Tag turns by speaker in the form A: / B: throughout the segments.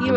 A: You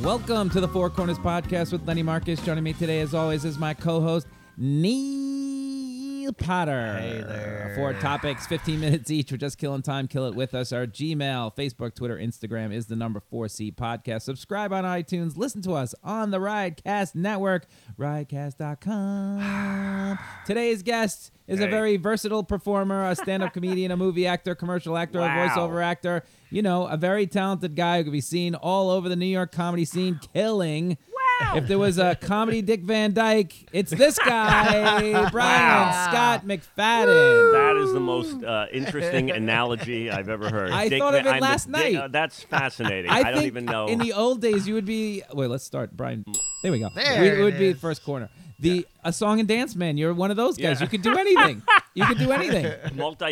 B: Welcome to the Four Corners Podcast with Lenny Marcus. Joining me today, as always, is my co-host Neil Potter. Hey there. Four topics, 15 minutes each. We're just killing time. Kill it with us. Our Gmail, Facebook, Twitter, Instagram is the number 4C podcast. Subscribe on iTunes. Listen to us on the Riotcast Network, riotcast.com. Today's guest is a very versatile performer, a stand-up comedian, a movie actor, commercial actor, a voiceover actor. You know, a very talented guy who could be seen all over the New York comedy scene, killing. Wow! If there was a comedy Dick Van Dyke, it's this guy, Brian Scott McFadden.
C: That is the most uh, interesting analogy I've ever heard.
B: I
C: Dick
B: thought of
C: Van-
B: it
C: I'm
B: last
C: Dick-
B: night.
C: uh, that's fascinating.
B: I,
C: I,
B: think
C: don't even know.
B: in the old days you would be. Wait, let's start, Brian. There we go.
D: There
B: we,
D: it
B: would be
D: is.
B: first corner. The a song and dance man. You're one of those guys. You could do anything. you could do anything.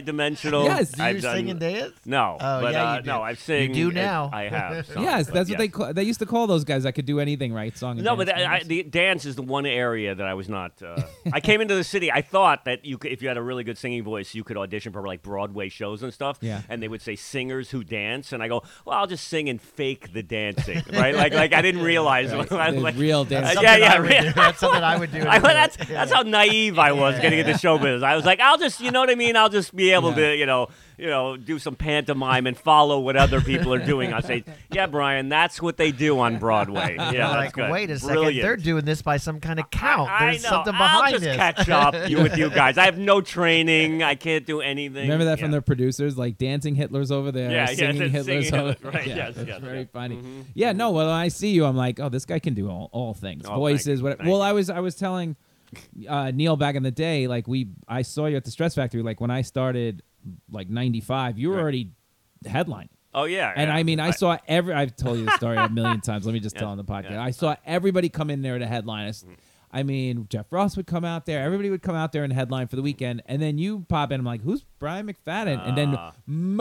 C: multidimensional.
B: Yes. Do
D: Do
C: I've
D: you
C: done-
D: sing and dance?
C: No,
D: Oh,
C: but
D: yeah,
C: uh,
D: you do.
C: no, I've sing.
D: You do
C: it-
D: now.
C: I have. some,
B: yes,
C: but
B: that's what
C: yes.
B: they call, they used to call those guys. I could do anything, right? Song. And
C: No,
B: dance
C: but I, I,
B: man.
C: the dance is the one area that I was not. Uh, I came into the city. I thought that you, could, if you had a really good singing voice, you could audition for like Broadway shows and stuff.
B: Yeah.
C: And they would say singers who dance, and I go, well, I'll just sing and fake the dancing, right? Like, like I didn't realize. I was
B: There's
C: like-
B: real
C: Uh,
B: dancing.
C: yeah,
D: Something
C: yeah,
D: I would
C: real-
D: do. That's something I would do.
C: I, well, that's
D: Yeah.
C: that's how naive I was getting into show business. I was like, I'll just, you know what I mean? I'll just be able
B: Yeah.
C: to, you know, you know, do some pantomime and follow what other people are doing. I say, yeah, Brian, that's what they do on Broadway. Yeah, that's
D: like,
C: good.
D: wait a second.
C: Brilliant.
D: They're doing this by some kind of count.
C: I
D: There's
C: know.
D: something
C: I'll
D: behind
C: just
D: this.
C: catch up you, with you guys. I have no training. I can't do anything.
B: Remember that from
C: Yeah.
B: their producers, like dancing Hitler's over there,
C: Yeah, yeah,
B: singing
C: that's
B: Hitler's
C: singing
B: over
C: Hitler, right,
B: Yeah,
C: yes,
B: that's
C: yes, Mm-hmm,
B: very
C: yeah.
B: funny. Yeah, no. Well, when I see you, I'm like, oh, this guy can do all, all things,
C: Oh, thank
B: voices,
C: you,
B: whatever.
C: thank
B: Well,
C: you.
B: I was I was telling uh, Neil back in the day, like we I saw you at the Stress Factory, like when I started, like '95, you were
C: Right.
B: already headlining.
C: Oh yeah.
B: And
C: yeah.
B: I mean, I saw every. I've told you the story a million times. Let me just tell
C: Yeah,
B: on the podcast.
C: yeah. Mm-hmm.
B: I saw everybody come in there to headline. I, s- I mean, Jeff Ross would come out there. Everybody would come out there and headline for the weekend. And then you pop in. I'm like, who's Brian McFadden? and then
C: Ah.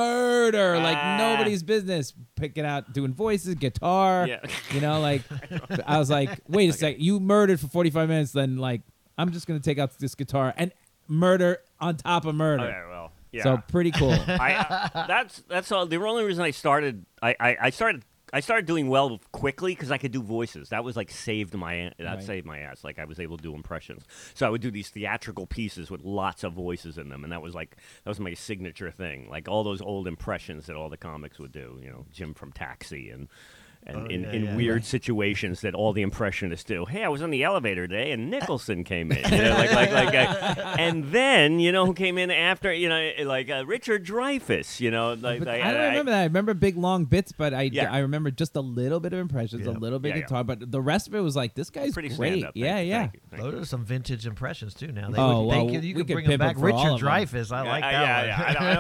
B: murder,
C: Ah.
B: like nobody's business, picking out, doing voices, guitar.
C: Yeah.
B: You know, like I was like, wait a sec. You murdered for 45 minutes. Then like, I'm just gonna take out this guitar and murder on top of murder.
C: Okay, well, oh, yeah.
B: So pretty cool.
C: I, uh, that's that's all. The only reason I started, I, I, I started. I started doing well quickly because I could do voices. That was like saved my that
B: Right.
C: saved my ass. Like I was able to do impressions. So I would do these theatrical pieces with lots of voices in them, and that was like that was my signature thing. Like all those old impressions that all the comics would do. You know, Jim from Taxi and. And in, in weird situations that all the impressionists do. Hey, I was on the elevator today, and Nicholson came in. You know, like, like, like, uh, and then you know who came in after? You know, like uh, Richard Dreyfuss. You know, like,
B: Oh, But
C: like,
B: I don't remember that. I remember big long bits, but I
C: Yeah.
B: I remember just a little bit of impressions, a little bit
C: Yeah, yeah.
B: guitar, but the rest of it was like this guy's
C: pretty
B: great.
C: stand-up. Thank
B: yeah,
C: you,
B: yeah.
C: thank you, thank you.
D: Those are some vintage impressions too. Now they
B: Oh,
D: would,
B: well,
D: they could, you
B: we
D: could
B: could
D: bring them
B: pimp 'em
D: back.
B: for all
D: Richard
B: of 'em.
D: Dreyfuss. I like
C: Uh,
D: that
C: yeah,
D: one.
C: yeah, I don't- I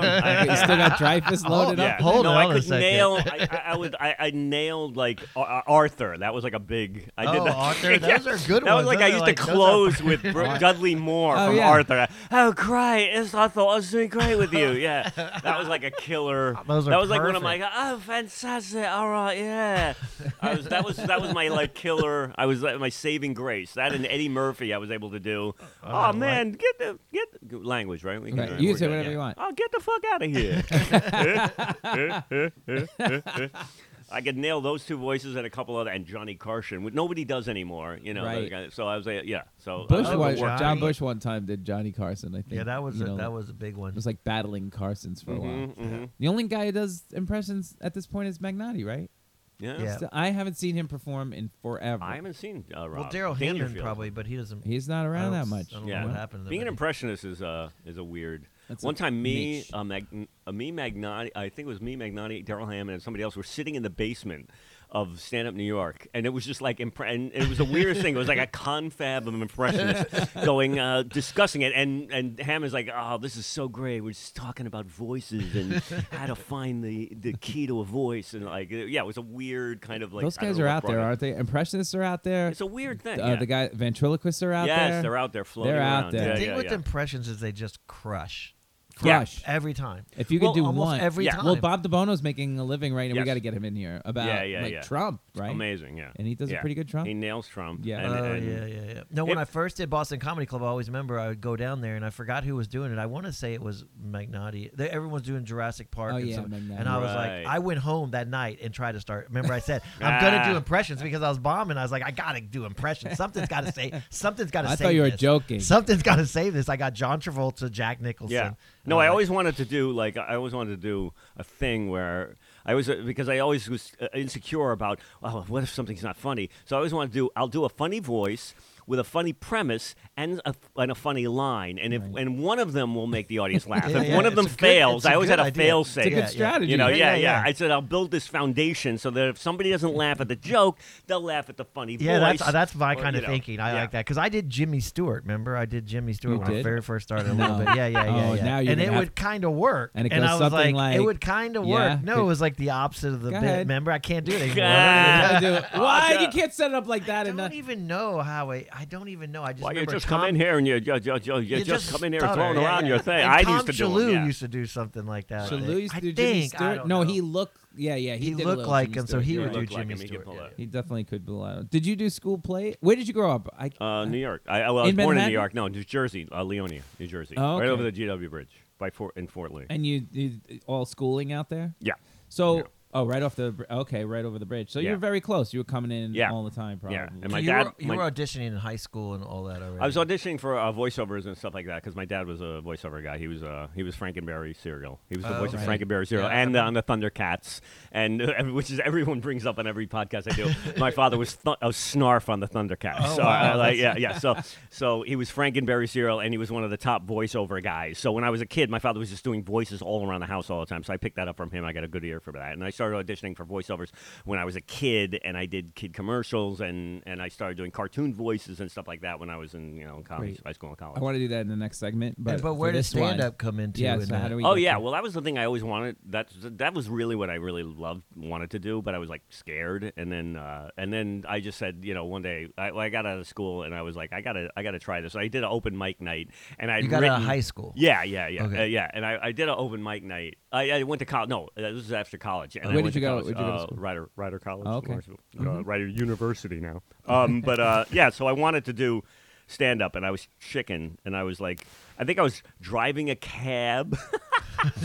C: don't- I-
B: You still got Dreyfus loaded
C: yeah.
B: up.
D: Hold
C: no,
D: on
C: I
D: a
C: could
D: second.
C: nail. I, I, I would. I, I nailed like Ar- Arthur. That was like a big. I did
D: Oh,
C: that.
D: Arthur, those are good
C: That was
D: ones.
C: like
D: Those
C: I
D: are
C: used
D: like-
C: to
D: those are-
C: close with Br- Dudley Moore
B: Oh,
C: from
B: yeah.
C: Arthur. Oh, great! It's Arthur. I was doing great with you. Yeah, that was like a killer.
D: Those are
C: that was like one of my.
D: perfect.
C: Oh, fantastic! All right, yeah. I was. That was. That was my like killer. I was like, my saving grace. That and Eddie Murphy. I was able to do. Oh,
D: like-
C: man, get the get the, language right. We can-
B: Right,
C: uh,
B: you
C: we're
B: say
C: good,
B: whatever you want.
C: Oh, get the fuck out of here. I could nail those two voices and a couple other, and Johnny Carson, which nobody does anymore, you know.
B: Right.
C: like, uh, So I was like, yeah. So
B: Bush
C: uh,
B: was,
D: Johnny.
B: John Bush one time did Johnny Carson, I think.
D: Yeah, that was
B: you
D: a,
B: know,
D: that was a big one.
B: it was like battling Carsons for a while.
C: Mhm, mhm.
B: The only guy who does impressions at this point is Magnotti, right?
C: Yeah.
D: Yeah.
B: So I haven't seen him perform in forever.
C: I haven't seen uh, Rob.
D: Well, Daryl Hammond
C: Dangerfield.
D: probably, but he doesn't.
B: He's not
D: I
B: around
D: don't
B: that
D: s-
B: much.
D: I don't
C: Yeah.
D: know what happened to
C: Being an
D: them.
C: impressionist is uh, is a weird.
B: That's
C: One
B: a
C: time, me,
B: niche.
C: uh, Mag- uh, me Magnani, I think it was me Magnani, Daryl Hammond, and somebody else were sitting in the basement of stand up New York, and it was just like impre- and it was the weirdest thing. It was like a confab of impressionists going uh, discussing it, and and Ham is like, oh, this is so great. We're just talking about voices and how to find the the key to a voice, and like uh, yeah, it was a weird kind of like
B: Those
C: I don't
B: guys
C: know
B: are
C: what
B: out
C: brought
B: there,
C: it.
B: aren't they? Impressionists are out there.
C: It's a weird thing.
B: uh,
C: yeah.
B: The guy ventriloquists are out
C: yes,
B: there.
C: they're out there floating
B: They're out
C: around.
B: there.
C: Yeah,
B: The
D: thing
C: yeah,
D: with
C: yeah.
D: impressions is they just crush.
C: Yeah.
B: Crush.
D: every time.
B: If you could
D: Well,
B: do
D: almost
B: one
D: every
C: Yeah.
D: time.
B: Well, Bob DeBono's making a living right now.
C: Yes.
B: We got to get him in here about
C: Yeah, yeah,
B: like
C: yeah.
B: Trump, right?
C: Amazing, yeah.
B: And he does a
C: Yeah.
B: pretty good Trump.
C: He nails Trump.
B: Yeah.
C: and-
D: Oh,
C: and-
D: yeah, yeah, yeah. No, when
C: It-
D: I first did Boston Comedy Club, I always remember I would go down there and I forgot who was doing it. I want to say it was Magnotti. They, everyone's doing Jurassic Park.
B: Oh,
D: and,
B: yeah,
D: some-
B: Magnotti.
D: and I was
C: Right.
D: like, I went home that night and tried to start. Remember, I said, I'm going to
C: Ah.
D: do impressions because I was bombing. I was like, I got to do impressions. Something's got to say. Something's got to
B: I
D: save
B: thought you were
D: this.
B: joking.
D: Something's got to save this. I got John Travolta, Jack Nicholson. uh,
C: Yeah.
D: I'm
C: No, I
D: like,
C: always wanted to do like I always wanted to do a thing where I was because I always was uh, insecure about oh what if something's not funny so I always want to do I'll do a funny voice with a funny premise and a, and a funny line and if and one of them will make the audience laugh
D: Yeah,
C: if
D: yeah,
C: one of
D: it's
C: them
D: a good-
C: fails
D: it's a
C: I always
D: good
C: had a
D: idea.
C: fail
D: It's a
C: safe
D: good strategy.
C: you know
D: Yeah,
C: yeah yeah,
D: yeah, yeah.
C: I said I'll build this foundation so that if somebody doesn't laugh at the joke they'll laugh at the funny
D: Yeah,
C: voice
D: that's that's my
C: or,
D: kind
C: you
D: of
C: know,
D: thinking. I
C: yeah.
D: like that because I did Jimmy Stewart. Remember, I did Jimmy Stewart
B: You
D: when I
B: did?
D: very first started a little
B: No.
D: bit. Yeah, yeah, yeah.
B: Oh,
D: yeah.
B: now you're
D: and it
B: gonna have-
D: would kind of work.
B: And it
D: I
B: goes
D: was
B: something
D: it
B: like-
D: would kind of
B: Yeah,
D: work. No,
B: could-
D: it was like the opposite of the
B: Go
D: bit.
B: ahead.
D: Remember, I can't do it anymore.
C: God.
B: I
D: I
B: do.
C: Oh,
B: Why
C: yeah.
B: you can't set it up like that? and
D: don't
B: not-
D: even know how I. I don't even know. I just
C: Why you
D: remember
C: just
D: Tom,
C: come in here and you, you, you, you, you
D: you
C: just come in here and
D: stutter.
C: throwing
D: Yeah,
C: around
D: yeah.
C: your thing.
D: And
C: I
D: Tom
C: used to do
D: Shalhoub
C: it. Yeah.
D: used to do something like that. I
B: So
D: think.
B: Lou used
D: I
B: to do
D: think,
B: Jimmy
D: I
B: Stewart.
D: don't
B: No,
D: know.
B: he looked. Yeah, yeah. He,
D: He
B: did a
D: looked
B: little
D: like
B: Jimmy
D: him, so
B: Stewart,
D: he
B: you're
D: would
B: right.
D: do
C: looked like
D: Jimmy
C: him, he could
D: Stewart,
C: pull
D: yeah.
C: it.
B: He definitely could be loud. Did you do school play? Where did you grow up? I,
C: Uh, New York. I, I was
B: In
C: born in
B: Manhattan?
C: New York. No, New Jersey, uh, Leonia, New Jersey,
B: Oh,
C: right
B: okay.
C: over the GW Bridge by Fort in Fort Lee.
B: and you, you all schooling out there?
C: yeah,
B: So,
C: Yeah.
B: oh, right off the br- okay, right over the bridge. So
C: Yeah.
B: you're very close. You were coming in
C: Yeah.
B: all the time, probably.
C: yeah. And
D: So
C: my
D: you
C: dad.
D: were, you
C: my-
D: were auditioning in high school and all that already.
C: I was auditioning for uh, voiceovers and stuff like that because my dad was a voiceover guy. He was uh, he was Frankenberry Serial. He was the
D: Oh,
C: voice of
D: right.
C: Frankenberry Serial
D: Yeah, I
C: and uh, on the Thundercats, and uh, every- which is everyone brings up on every podcast I do. my father was th- a snarf on the Thundercats.
D: Oh,
C: so
D: wow,
C: I, like yeah yeah. So so he was Frankenberry Serial and he was one of the top voiceover guys. So when I was a kid, my father was just doing voices all around the house all the time. So I picked that up from him. I got a good ear for that, and I started auditioning for voiceovers when I was a kid, and I did kid commercials and and I started doing cartoon voices and stuff like that when I was in you know in college,
B: Wait.
C: high school and college.
B: I want to do that in the next segment, but
D: but
B: for
D: where does
B: this one-
D: stand-up come into
B: Yeah,
D: in
B: so how
D: that?
B: do we
C: Oh
B: get
C: yeah,
B: to-
C: well that was the thing I always wanted. That's that was really what I really loved wanted to do, but I was like scared, and then uh, and then I just said, you know, one day I, I got out of school and I was like, I gotta I gotta try this. I did an open mic night, and I
D: You got out
C: written,
D: of high school.
C: Yeah, yeah, yeah,
D: Okay.
C: uh, yeah. And I, I did an open mic night. I, I went to college. No, uh, this is after college. And I
B: Where did
C: went
B: you
C: to
B: go-
C: college,
B: where'd you go to
C: uh,
B: school?
C: Rider Rider College.
B: Oh, okay.
C: Lawrenceville, uh, Rider University now. Um, but uh, yeah, so I wanted to do stand up, and I was chicken, and I was like, I think I was driving a cab.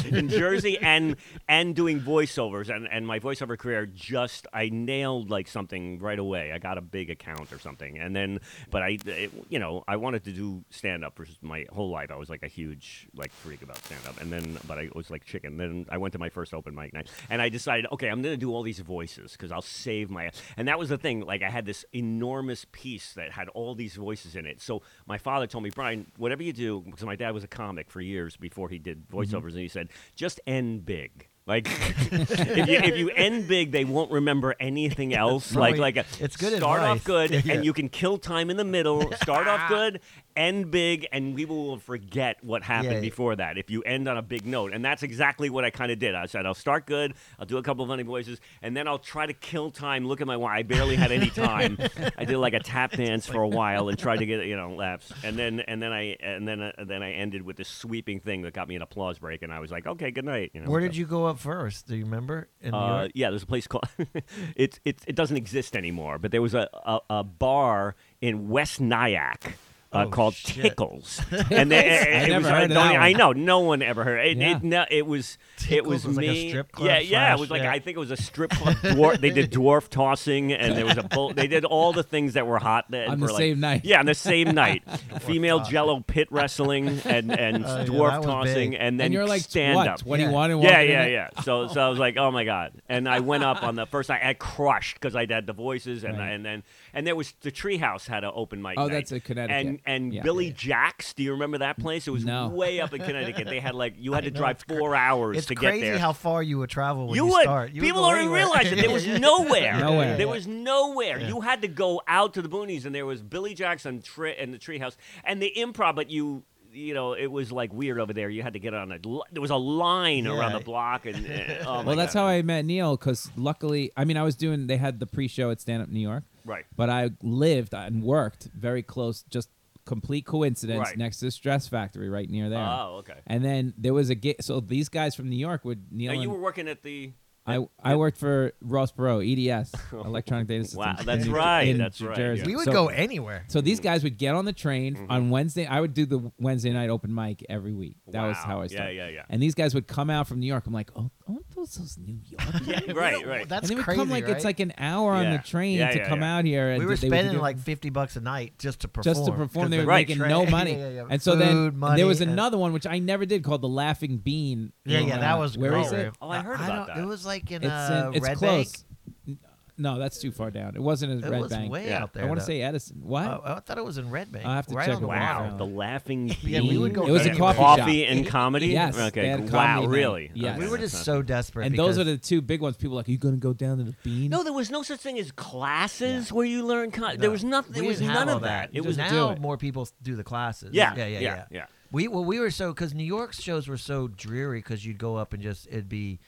C: in Jersey and and doing voiceovers and, and my voiceover career just I nailed like something right away. I got a big account or something, and then but I it, you know I wanted to do stand up for my whole life. I was like a huge like freak about stand up, and then but I was like chicken. Then I went to my first open mic night, and I decided okay I'm gonna do all these voices because I'll save my and that was the thing like I had this enormous piece that had all these voices in it. So my father told me Brian whatever you do because my dad was a comic for years before he did
D: Mm-hmm.
C: voiceovers, and he said just end big. Like if you if you end big, they won't remember anything else. like
D: Right.
C: like a,
D: It's good
C: Start
D: advice.
C: off good,
D: Yeah.
C: and you can kill time in the middle. Start off good, end big, and we will forget what happened
D: Yeah.
C: before that. If you end on a big note, and that's exactly what I kind of did. I said I'll start good, I'll do a couple of funny voices, and then I'll try to kill time. Look at my watch; I barely had any time. I did like a tap dance for a while and tried to get you know laps, and then and then I and then uh, then I ended with this sweeping thing that got me an applause break, and I was like, okay, good night. You know,
D: Where
C: so-
D: did you go up first? Do you remember? In New
C: uh,
D: York?
C: yeah, there's a place called it, it. It doesn't exist anymore, but there was a a, a bar in West Nyack. Uh,
D: Oh,
C: called
D: shit.
C: Tickles, and they, it,
B: I
C: it
B: never
C: was,
B: heard of that
C: I
B: one.
C: know no one ever heard it.
B: Yeah.
C: It, no, it was it
D: Tickles
C: was,
D: was like
C: me.
D: a strip club
C: yeah, yeah, it
D: slash-
C: was like
D: yeah.
C: I think it was a strip club. Dwarf, they did dwarf tossing, and there was a bull. They did all the things that were hot then
B: On
C: for
B: the
C: like-
B: same night.
C: Yeah, on the same night. Female Jello pit wrestling and and
D: Oh, yeah,
C: dwarf
D: that was
C: tossing,
D: big.
C: and then
B: and you're like
C: stand
B: what,
C: up.
B: 21 and
C: Yeah,
B: walking in
C: yeah,
B: it?
C: yeah. So, so I was like, oh my god, and I went up on the first night. I crushed because I had the voices, and
B: Right.
C: and then and there was the Treehouse had an open mic.
B: Oh,
C: night.
B: that's a Connecticut.
C: And and and
B: Yeah.
C: Billy Jack's. Do you remember that place? It was
B: No.
C: way up in Connecticut. They had like you had to
D: know,
C: drive
D: it's cra-
C: four hours
D: It's
C: Uh, to
D: crazy
C: get there.
D: how far you would travel when
C: you
D: you,
C: would.
D: start. You would
C: People
D: go
C: don't even
D: anywhere.
C: realize it. There was nowhere.
B: Nowhere.
C: There was nowhere. You had to go out to the boonies, and there was Billy Jack's and, tri- and the Treehouse and the Improv. But you, you know, it was like weird over there. You had to get on a. li- There was a line around
D: Yeah.
C: the block, and eh, oh my
B: well, that's how I met Neil because luckily, I mean, I was doing, they had the pre show at Stand Up New York.
C: Right.
B: But I lived and worked very close, just complete coincidence,
C: Right.
B: next to the Stress Factory right near there.
C: Oh, okay.
B: And then there was a gig. So these guys from New York would, Neil,
C: Now, you
B: and-
C: were working at the.
B: I, I worked for Ross Perot, EDS, Electronic Data Systems.
C: Wow, that's
B: in New-
C: right,
B: in
C: that's
B: New
C: right,
B: Jersey.
C: yeah. Mm-hmm.
D: We would
B: So-
D: go anywhere.
B: So these guys would get on the train on Wednesday. I would do the Wednesday night open mic every week. That was
C: Wow.
B: how I
C: Yeah,
B: started.
C: yeah, yeah.
B: And these guys would come out from New York. I'm like, oh, aren't those those New York?
C: Yeah,
D: We
C: right,
D: don't-
C: right.
D: That's
B: and they would
D: crazy,
B: come like
D: right?
B: it's like an hour on
C: Yeah.
B: the train
C: Yeah,
B: to
C: yeah,
B: come
C: yeah.
B: out here. And
D: we were
B: they would do-
D: spending like fifty bucks a night just to perform.
B: just to perform. They were
D: were
C: Right.
B: making no money.
D: Yeah, yeah, yeah.
B: And so
D: Food,
B: then
D: money,
B: there was
D: and-
B: another one which I never did called the Laughing Bean.
D: Yeah,
B: in,
D: yeah,
B: uh,
D: that was
B: where
D: great.
B: is it?
C: Oh, I heard about that.
D: don't- It was like in,
B: It's in,
D: uh,
B: it's
D: Red Bank.
B: close. N- No, that's too far down. It wasn't in
D: It
B: Red
D: was
B: Bank.
D: way
C: Yeah.
D: out there.
B: I want to
D: though.
B: say Edison. What?
D: Oh, I thought it was in Red Bank.
B: I'll have to
D: right
B: check
D: on the
B: it
D: water.
B: out.
C: Wow,
B: Wow.
C: the laughing bean.
D: Yeah, we would go
B: It was a
C: And
B: coffee
C: coffee
B: shop.
C: and comedy.
B: Yes, they
C: Okay.
B: had a
C: wow.
B: comedy night.
C: really?
B: Yes.
C: Okay,
D: We were
C: that's
D: just
C: not-
D: so desperate.
B: and those
D: because-
B: are the two big ones. People are like, are you going to go down to the bean?
C: No, there was no such thing as classes where you learn. Con- There
D: No.
C: was nothing. There
D: We
C: was
D: didn't have
C: none
D: all
C: of that. It
D: So
C: was
D: now
B: do it.
D: more people do the classes.
C: Yeah,
D: yeah, yeah.
C: yeah,
D: yeah.
C: yeah.
D: We well, we were so because New York's shows were so dreary because you'd go up and just it'd be.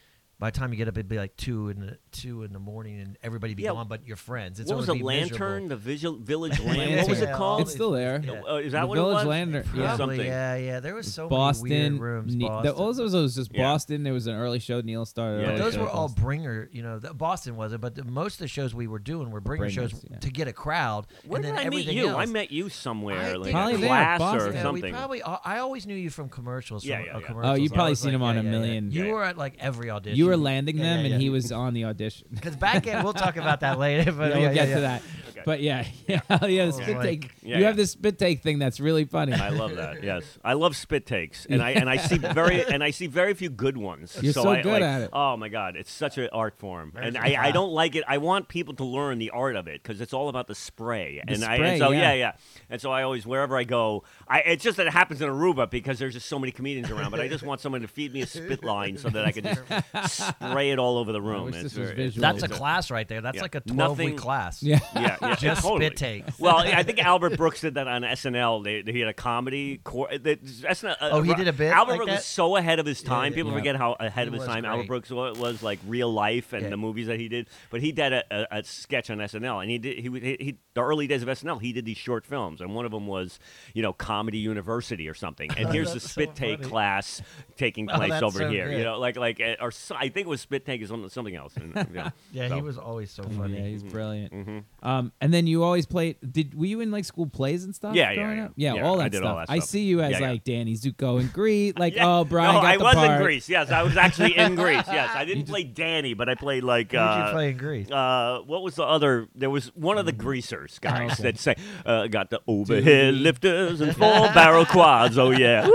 D: By the time you get up, it'd be like two in the two in the morning, and everybody be
C: Yeah.
D: gone but your friends. It's
C: what was
D: it
C: the lantern? The visual, village lantern.
B: Lantern.
C: What was it
D: Yeah,
C: called?
B: it's still there.
D: Yeah.
C: Uh, is that
B: The
C: what
B: Village
C: it was?
B: Lantern, yeah.
D: Probably,
C: Something.
D: yeah, yeah. There was so
B: Boston,
D: many weird rooms.
B: Ne-
D: Boston.
B: The, all those was just
C: Yeah.
B: Boston. There was an early show Neil started.
C: Yeah,
B: early
D: But those
B: show
D: were all
B: Boston.
D: bringer, you know. The, Boston wasn't, but the, most of the shows we were doing were bringer shows
B: Bringers, yeah.
D: to get a crowd.
C: Where
D: and
C: did
D: then
C: I meet
D: everything
C: you? I
D: else-
C: met you somewhere,
D: I
C: like
D: think-
B: Probably
C: a
B: there,
C: class
B: Boston.
C: or
B: Yeah,
D: Yeah,
C: something.
D: We probably. I I always knew you from commercials.
C: Yeah,
D: from-
C: yeah,
D: uh,
C: yeah.
D: commercials.
B: Oh, you
D: I
B: probably
D: was
B: seen
D: like,
B: him on
D: yeah,
B: a
D: yeah, yeah.
B: million-
D: You
C: Yeah,
D: were at like every audition.
B: You were landing
D: Yeah,
B: them,
D: yeah,
B: and he
D: yeah.
B: was on the audition.
D: Because back end, we'll talk about that later. But
B: yeah,
D: yeah,
B: we'll get
D: yeah,
B: to
D: yeah.
B: that. But yeah, yeah, yeah. The spit
D: like-
B: take.
C: Yeah,
B: you
C: yeah.
B: have this spit take thing that's really funny.
C: I love that. Yes, I love spit takes, and I and I see very and I see very few good ones.
B: You're so
C: I,
B: good
C: like,
B: at it.
C: Oh my god, it's such an art form, and I, I don't like it. I want people to learn the art of it because it's all about the spray.
B: The
C: and I
B: spray,
C: and so
B: yeah.
C: yeah, and so I always wherever I go, I it's just that it happens in Aruba because there's just so many comedians around. But I just want someone to feed me a spit line so that I can just spray it all over the room.
B: wish
C: It's
B: this was
C: very- it's-
B: visual.
D: That's a
C: it's
D: class right there. That's
C: Yeah.
D: like a 12
C: Nothing-
D: week class.
B: Yeah.
C: yeah, yeah,
D: Just
C: totally.
D: spit takes.
C: Well, yeah, I think Albert Brooks did that on SNL. They, they- he had a comedy. Cor- that- that's not, uh,
D: Oh, he did a bit
C: Albert
D: like
C: Brooks
D: that?
C: was so ahead of his
D: Yeah,
C: time.
D: yeah,
C: People
B: yeah.
C: forget how ahead
D: He
C: of his
D: was
C: time Albert
D: great.
C: Brooks was, was like real life and
D: Yeah.
C: the movies that he did. But he did a, a, a sketch on SNL, and he did he, would- he, he the early days of SNL. He did these short films, and one of them was you know Comedy University or something. And here's the
D: Oh, That's so
C: spit take
D: funny. Oh,
C: class taking place
D: that's
C: over
D: so
C: here. You
D: good.
C: know, like like uh, or so, I think it was spit take is something something else. And, uh, yeah,
D: Yeah,
C: So-
D: he was always so funny.
B: Yeah, he's brilliant. Um, and then you always played. Did were you in like school plays and stuff?
C: Yeah, yeah,
B: growing
C: yeah.
B: up? yeah,
C: Yeah,
B: all that
C: I did
B: stuff.
C: all that
B: I
C: stuff.
B: see you as
C: Yeah, yeah.
B: like Danny Zuko and Greed. Like,
C: Yeah.
B: oh, Brian
C: no,
B: got
C: I
B: the
C: was
B: part.
C: in Greece. Yes, I was actually in Greece. Yes, I didn't play Danny, but I played like.
D: Who did
C: Uh,
D: you play in Greece?
C: Uh, what was the other? There was one of the greasers guys
B: Mm-hmm. Oh, okay.
C: that say, uh, "Got the overhead lifters and four barrel quads." Oh yeah,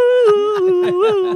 C: Woo, woo,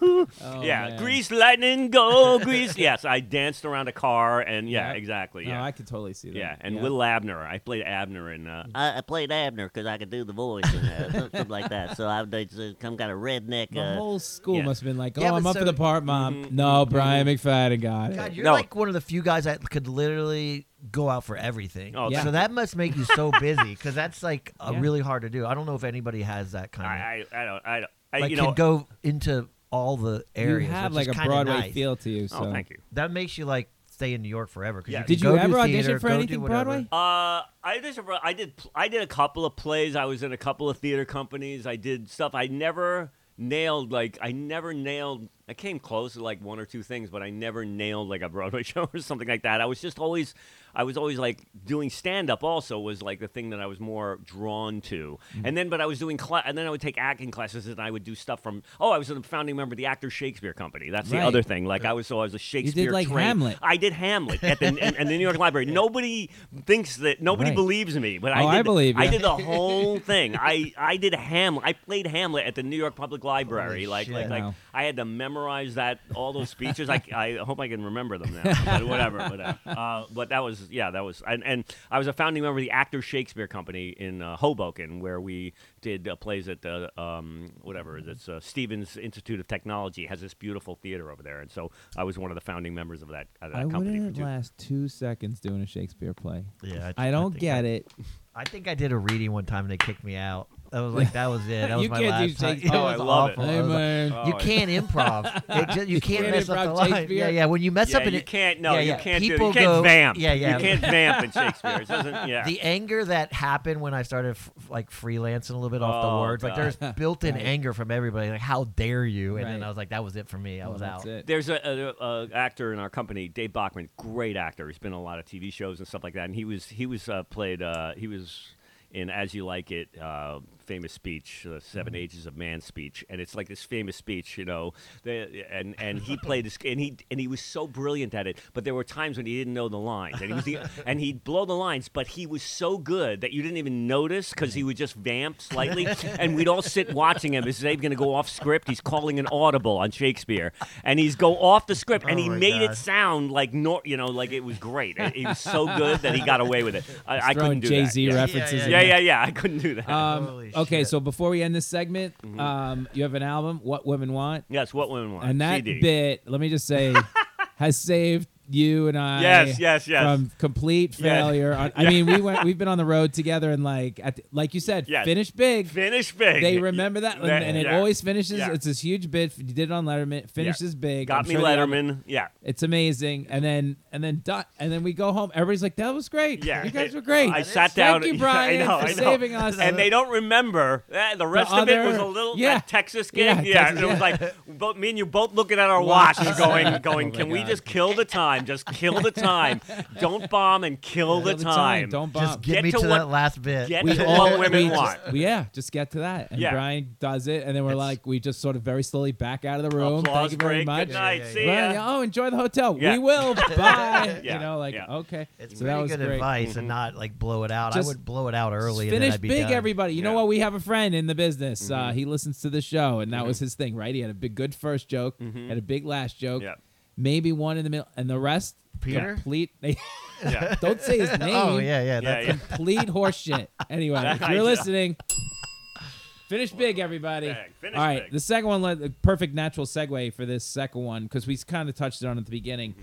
C: woo.
B: Oh,
C: yeah.
B: man.
C: Grease lightning, go Grease. Yes, I danced around a car, and yeah,
B: Yeah.
C: exactly.
B: No,
C: Yeah,
B: I could totally see that.
C: yeah, and Will Abner. I played Abner in. Uh,
E: I, I played Abner because I could do the voice and uh, something like that. So I was uh, some kind of redneck.
B: The
E: Uh,
B: whole school
C: yeah.
B: must have been like, "Oh,
D: Yeah,
B: I'm
D: but
B: up for
D: so-
B: the part, mom." No, Brian McFadden got it.
D: God, you're
C: No.
D: like one of the few guys that could literally go out for everything.
C: Oh, Yeah.
D: So that must make you so busy because that's like uh,
B: Yeah.
D: really hard to do. I don't know if anybody has that
C: I,
D: kind of.
C: I, I don't. I don't. I,
D: like
C: you know.
D: can go into all the
B: you
D: areas.
B: have like
D: which is
B: a
D: kinda
B: Broadway
D: nice.
B: feel to you. So.
C: oh, thank you.
D: That makes you like stay in New York forever. 'cause
C: Yeah.
D: can
B: Did you
D: go do
B: ever audition
D: theater,
B: for
D: go do
B: anything
D: whatever.
B: Broadway?
C: Uh, I just I did pl- I did a couple of plays. I was in a couple of theater companies. I did stuff. I never nailed like I never nailed. I came close to like one or two things, but I never nailed like a Broadway show or something like that. I was just always I was always like doing stand up. Also was like the thing that I was more drawn to.
B: Mm.
C: And then but I was doing cla- and then I would take acting classes and I would do stuff from. Oh, I was a founding member of the Actors Shakespeare Company. That's
B: Right.
C: the other thing. Like I was so I was a Shakespeare.
B: like,
C: trained-
B: Hamlet.
C: I did Hamlet at the, and, and the New York Library. Nobody thinks that nobody
B: Right.
C: believes me, but
B: Oh, I
C: I did,
B: believe
C: I
B: ya.
C: did the whole thing. I I did Hamlet. I played Hamlet at the New York Public Library.
D: Holy
C: like like
D: shit.
C: like
B: Wow.
C: I had to memorize that all those speeches. I, I hope I can remember them now. But whatever, whatever. Uh, but that was yeah, that was and, and I was a founding member of the Actors Shakespeare Company in uh, Hoboken, where we did uh, plays at the um, whatever. That's uh, Stevens Institute of Technology has this beautiful theater over there, and so I was one of the founding members of that, of that
B: I
C: company. for
B: wouldn't
C: two-
B: last two seconds doing a Shakespeare play.
D: Yeah,
B: I don't
D: think
B: get it.
D: I think I did a reading one time and they kicked me out. That was like that was it. That was
B: You
D: my
B: can't do
D: last time.
B: Shakespeare.
D: It
C: Oh, I
D: was
C: love it.
D: awful. I was like,
C: Oh,
D: you
C: I-
D: can't improv. It ju- you can't
B: can't
D: mess up
B: improv
D: the line.
B: Shakespeare?
D: Yeah, yeah. When you mess
C: yeah,
D: up, and
C: you
D: it,
C: can't. No,
D: yeah,
C: you
D: yeah.
C: can't do.
D: People
C: You can't
D: go-
C: vamp.
D: Yeah, yeah.
C: You can't vamp in Shakespeare. It doesn't. Yeah.
D: The anger that happened when I started f- like freelancing a little bit off
C: Oh,
D: the words, like
C: God.
D: there's built-in anger from everybody. Like, how dare you? And then
B: Right.
D: I was like, that was it for me. I
B: Oh,
D: was
B: that's
D: out.
B: it.
C: There's a, a, a actor in our company, Dave Bachman, great actor. He's been in a lot of TV shows and stuff like that. And he was he was uh, played uh, he was in As You Like It, uh, famous speech, uh, 7 Ages of Man speech, and it's like this famous speech, you know. The, and and he played this and he and he was so brilliant at it. But there were times when he didn't know the lines, and he was the, and he'd blow the lines, but he was so good that you didn't even notice because he would just vamp slightly, and we'd all sit watching him. Is Dave going to go off script? He's calling an audible on Shakespeare, and he's go off the script, and
D: Oh
C: he
D: my
C: made it
D: God.
C: sound like nor, you know, like it was great. It, it was so good that he got away with it. I, I couldn't
B: Throwing
C: do
B: Jay
C: that.
B: Z
C: Yeah.
B: references. in
C: Yeah,
B: there.
C: yeah, yeah. Mm-hmm. I couldn't do that.
B: Um,
D: Holy
B: okay,
D: shit.
B: so before we end this segment, um, you have an album, What Women Want,
C: yes, what women want.
B: and that
C: CD.
B: bit, let me just say, has saved you and I
C: Yes, yes, yes.
B: from complete
C: Yeah.
B: failure. on- I mean, we went, we've been on the road together, and like, at the, like you said,
C: Yes.
B: finish big.
C: Finish big.
B: They remember that, and, and it
C: yeah.
B: always finishes.
C: Yeah.
B: It's this huge bit. You did it on Letterman. Finishes big.
C: got
B: I'm
C: me
B: sure the album-
C: Letterman. Yeah.
B: It's amazing. And then and then done. And then we go home. Everybody's like, "That was great.
C: Yeah,
B: you guys
C: it-
B: were great.
C: I
B: Thank
C: sat down.
B: you,
C: yeah,
B: Brian,
C: I know,
B: for
C: I know.
B: saving us.
C: And they don't remember. eh, The rest of it was a
B: other-
C: little that
B: yeah.
C: Texas gig.
B: Yeah,
C: Yeah,
B: Texas,
C: it was
B: yeah.
C: like both, me and you both looking at our watch and
B: Watches.
C: going, going.
B: my
C: Can we
B: God.
C: just kill the time? Just kill the time. Don't bomb and kill the
B: All
C: time.
B: Don't bomb.
D: Just
C: Get
D: get me
C: to
D: to
C: what-
D: that last bit.
C: Get
B: We
C: to
B: all-
C: what women
B: we just-
C: want.
B: yeah, just get to that. And
C: Yeah.
B: Brian does it, and then we're
D: It's-
B: like, we just sort of very slowly back out of the room. Thank
C: Applause
B: you very
C: break.
B: much.
C: Good night.
D: Yeah, yeah,
C: See
B: Brian,
C: ya.
B: oh, enjoy the hotel.
C: Yeah.
B: We will. Bye.
C: Yeah,
B: You know, like
C: yeah.
B: okay.
D: It's
B: so that
D: pretty
B: was
D: good
B: great.
D: advice and not like blow it out.
B: Just
D: I would blow it out early and then
B: Finish
D: I'd be
B: big,
D: done.
B: everybody. You know
C: Yeah. Mm-hmm.
B: what? We have a friend in the business. Uh, he listens to the show, and that was his thing, right? He had a big, good first joke,
C: Mm-hmm.
B: had a big last joke,
C: Yeah.
B: maybe one in the middle, and the rest
D: Peter?
B: complete.
C: Yeah.
B: don't say his name.
D: Oh yeah, yeah.
C: Yeah,
D: That's
C: yeah.
B: Complete horseshit. Anyway, if
C: I
B: you're
C: know.
B: listening, finish big, everybody.
C: Big. Finish
B: All right,
C: big.
B: the second one, like, the perfect natural segue for this second one because we kind of touched on it at the beginning.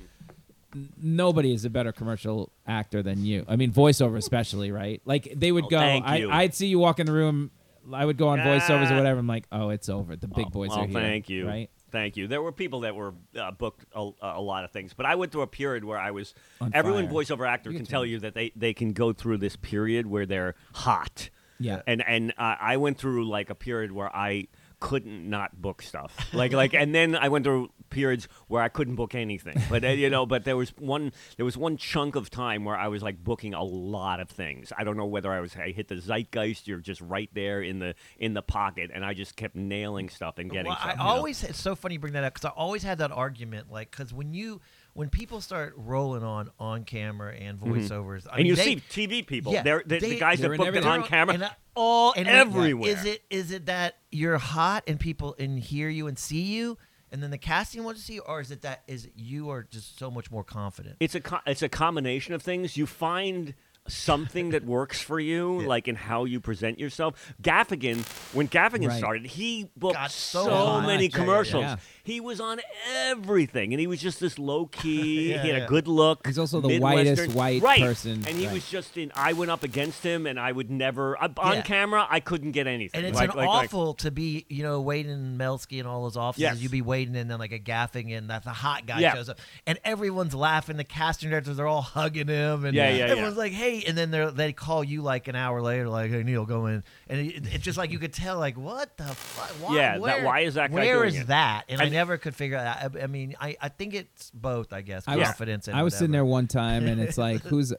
B: N- Nobody is a better commercial actor than you. I mean, voiceover especially, right? Like they would
C: Oh,
B: go.
C: thank
B: I,
C: you.
B: I'd see you walk in the room. I would go on voiceovers
C: Ah.
B: or whatever. I'm like, oh, it's over. The big
C: Oh,
B: boys
C: well,
B: are here.
C: Thank you.
B: Right?
C: Thank you. There were people that were uh, booked a, a lot of things, but I went through a period where I was.
B: On
C: everyone
B: fire.
C: voiceover actor
B: You
C: can
B: too.
C: tell you that they, they can go through this period where they're hot.
B: Yeah.
C: And and uh, I went through like a period where I couldn't not book stuff. Like like and then I went through periods where I couldn't book anything. But uh, you know, but there was one there was one chunk of time where I was like booking a lot of things. I don't know whether I was I hit the zeitgeist, you're just right there in the in the pocket and I just kept nailing stuff and getting
D: Well,
C: stuff.
D: I
C: you know?
D: always it's so funny you bring that up because I always had that argument like because when you when people start rolling on on camera and voiceovers
C: Mm-hmm. and
D: I mean,
C: you
D: they-
C: see TV people.
D: yeah,
C: they're, the- the
D: they-
C: guys that
B: they're in
C: booked it
B: everything.
C: on camera.
D: And I- oh,
C: all
D: and like,
C: everywhere.
D: Is it is it that you're hot and people and hear you and see you and then the casting wants to see you or is it that is it you are just so much more confident?
C: It's a co- it's a combination of things. You find something that works for you, like in how you present yourself. Gaffigan, when Gaffigan
B: Right.
C: started, he booked
D: Got
C: so,
D: so much.
C: many
D: Yeah, yeah, yeah.
C: commercials.
B: Yeah.
C: He was on everything, and he was just this low key.
D: Yeah,
C: he had a
D: yeah.
C: good look.
B: He's also the
C: Midwestern-
B: whitest white
C: right.
B: person.
C: and he
B: Right.
C: was just in. I went up against him, and I would never I, on
D: Yeah.
C: camera. I couldn't get anything.
D: And it's
C: Like-
D: an
C: like- like-
D: awful to be, you know, waiting in Melsky and all those offices.
C: Yes.
D: You'd be waiting and then like a gaffing and that the hot guy
C: Yeah.
D: shows up. And everyone's laughing. The casting directors are all hugging him. And
C: Yeah, yeah, yeah.
D: everyone's like, hey. And then they're, they call you like an hour later, like, hey, Neil, go in. And it, it's just like you could tell, like, what the fuck? Why,
C: Yeah, that-
D: where-
C: why is that guy
D: Where
C: doing
D: is
C: it?
D: that? And I,
C: And-
D: never could figure out. I, I mean, I, I think it's both, I guess.
B: I was-
D: confidence and
B: I was sitting there
D: whatever.
B: one time, and it's like, who's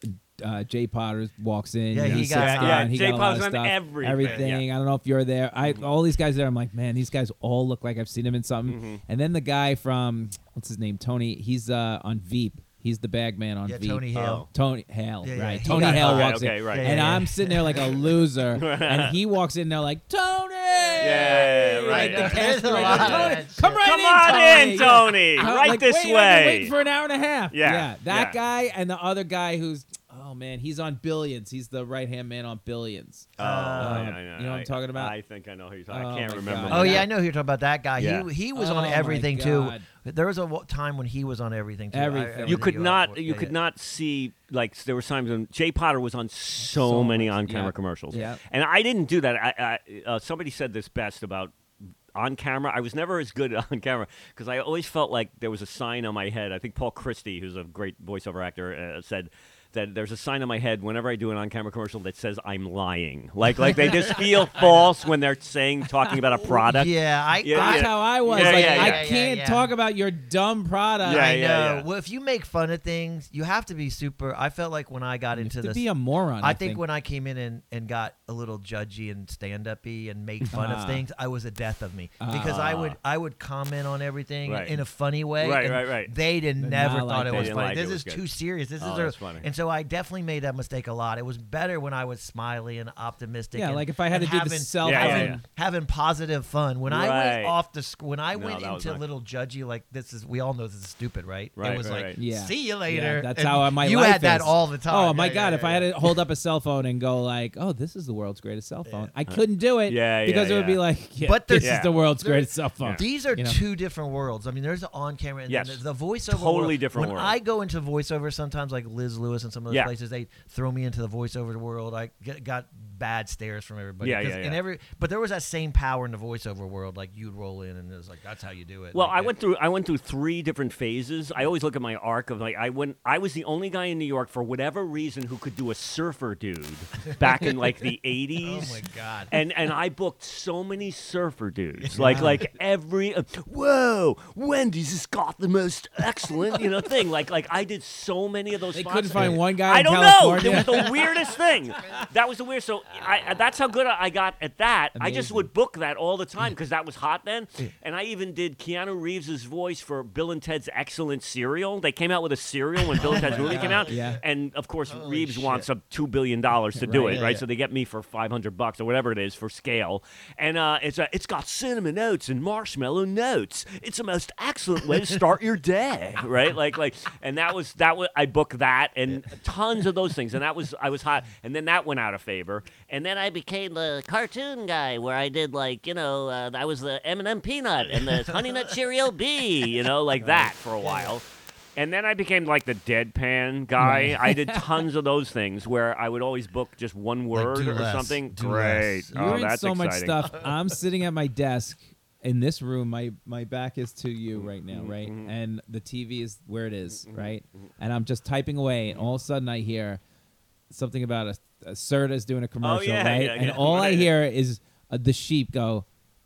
B: uh, Jay Potter walks in?
D: Yeah,
B: you know,
D: he
B: sits
D: got-
B: down,
D: yeah,
B: he
C: Jay
B: got a lot of
C: Potter's on
B: stuff,
C: everything,
B: everything. I don't know if you're there. I
D: Mm-hmm.
B: all these guys there. I'm like, man, these guys all
D: Mm-hmm.
B: look like I've seen them in something. And then the guy from what's his name, Tony. He's uh, on Veep. He's the bag man on
D: Yeah,
B: V.
D: Tony Hale.
B: Tony Hale,
D: Yeah, yeah,
B: right?
D: he
B: Tony
D: got-
B: Hale
C: okay,
B: walks
C: okay,
B: in,
C: right.
D: Yeah,
B: and
D: yeah,
B: I'm
D: yeah.
B: sitting there like a loser, and he walks in there like Tony. Yeah,
C: right,
B: Like
C: yeah.
B: the cast
D: There's a
B: director,
D: lot of
B: Tony,
D: that shit.
B: come right
C: Come
B: in,
C: on
B: Tony.
C: in,
B: Yeah.
C: Tony.
B: I'm
C: right
B: Uh, like,
C: this
B: wait, I've been
C: way.
B: waiting for an hour and a half.
C: Yeah, yeah.
B: that guy and the other guy who's oh man, he's on Billions. He's the right hand man on Billions.
C: oh,
B: Um,
C: I, I,
B: you know what I'm
C: I-
B: talking about?
C: I think I know who you're talking.
B: Oh
C: I can't
B: my
C: remember.
B: God.
C: the
D: Oh
B: Yeah.
D: yeah, I know who you're talking about that guy.
C: Yeah.
D: He he was
B: Oh,
D: on
B: my
D: everything too.
B: God.
D: There was a wa- time when he was on everything too. I-
B: Everything.
D: everything
C: you could
D: he was
C: not
D: for-
C: you
D: yeah,
C: could
D: yeah.
C: not see like there was times when Jay Potter was on so,
B: So
C: many
B: much,
C: on camera
B: yeah.
C: commercials.
B: Yeah.
C: And I didn't do that. I, I uh, somebody said this best about on camera. I was never as good on camera because I always felt like there was a sign on my head. I think Paul Christie, who's a great voiceover actor, uh, said that there's a sign on my head whenever I do an on-camera commercial that says I'm lying. Like like they just feel false when they're saying talking about a product.
D: Yeah, I
C: Yeah,
D: I,
B: That's how I was.
C: Yeah,
B: like,
C: yeah,
B: I
C: yeah,
D: yeah,
B: can't
D: yeah.
B: talk about your dumb product.
C: Yeah,
D: I know.
C: yeah, yeah.
D: Well, if you make fun of things, you have to be super. I felt like when I got into
B: to
D: this,
B: be a moron.
D: I think when I came in and, and got a little judgy and stand uppy and make fun
B: Ah.
D: of things, I was a death of me because I would I would comment on everything
C: Right.
D: in a funny way.
C: Right,
D: and
C: right, right.
D: They didn't
B: They're
D: never
B: not like
D: thought it
B: that.
D: was
C: They didn't
D: funny.
C: like
D: this
C: it
D: is
C: is good.
D: too serious. This
C: Oh,
D: is
C: that's
D: a-
C: funny.
D: and so I definitely made that mistake a lot. It was better when I was smiley and optimistic.
B: yeah,
D: and-
B: like if I had
D: and
B: to do
D: having,
B: the cell
C: Yeah, yeah,
B: phone.
C: yeah.
D: having positive fun. When I
C: Right.
D: went off the sc- when I
C: No,
D: went
C: that was
D: into a
C: not-
D: little judgy, like this is we all know this is stupid, right?
C: Right,
D: It was
C: right,
D: like
C: right.
B: Yeah.
D: see you later.
B: Yeah, that's
D: And
B: how my
D: you
B: life
D: had that
B: is.
D: all the time.
B: Oh my
D: Yeah,
B: god!
D: yeah,
B: if I
D: yeah.
B: had to hold up a cell phone and go like, "Oh, this is the world's greatest cell phone," I couldn't do it.
C: Yeah, yeah,
B: because it would be
C: yeah.
B: like, yeah,
D: But
B: "This
C: there's-
B: is the world's
D: there-
B: greatest cell phone."
D: These are
B: you know?
D: two different worlds. I mean, there's the on camera and
C: Yes.
D: then the, the voiceover.
C: Totally
D: world.
C: different
D: When
C: world.
D: I go into voiceover, sometimes like Liz Lewis and some of those
C: Yeah.
D: places, they throw me into the voiceover world. I get, got bad stares from everybody.
C: Yeah,
D: 'Cause
C: yeah,
D: in
C: yeah.
D: every, but there was that same power in the voiceover world. Like you'd roll in, and it was like that's how you do it.
C: Well,
D: Like,
C: I
D: that-
C: went through I went through three different phases. I always look at my arc of like I went I was the only guy in New York for whatever reason who could do a surfer dude back in like the 80s.
D: Oh my god.
C: And and I booked so many surfer dudes. Like like every uh, whoa, Wendy's has got the most excellent, you know, thing. Like like I did so many of those
B: They
C: spots.
B: couldn't find one guy
C: I
B: in
C: don't
B: California.
C: know. It was the weirdest thing. That was the weirdest. So I, that's how good I got at that. I just
B: Amazing.
C: would book that all the time because that was hot then. And I even did Keanu Reeves' voice for Bill and Ted's Excellent Cereal. They came out with a cereal when Bill and Ted's movie came out.
B: Oh Yeah.
C: And of course, Reeves
D: shit.
C: wants up two billion dollars to do
D: Right,
C: it,
D: yeah,
C: right?
D: yeah.
C: So they get me for five hundred bucks or whatever it is for scale. And uh, it's uh, it's got cinnamon notes and marshmallow notes. It's the most excellent way to start your day, right? Like like, and that was that was I booked that and tons of those things, and that was I was hot, and then that went out of favor, and then I became the cartoon guy where I did like you know uh, I was the M and M peanut and the Honey Nut Cheerio bee, you know, like that for a while. And then I became like the deadpan guy. I did tons of those things where I would always book just one
D: Like,
C: word
D: do
C: or
D: less,
C: something.
D: do
C: Great.
D: less.
C: oh,
B: You're in
C: that's
B: so much
C: exciting.
B: stuff. I'm sitting at my desk in this room. My my back is to you right
C: Mm-hmm.
B: now, right? And the TV is where it is, right? And I'm just typing away, and all of a sudden I hear something about a, a Serta's doing a commercial,
C: Oh, yeah,
B: right?
C: yeah,
B: and
C: yeah.
B: all I
C: Right.
B: hear is uh, the sheep go.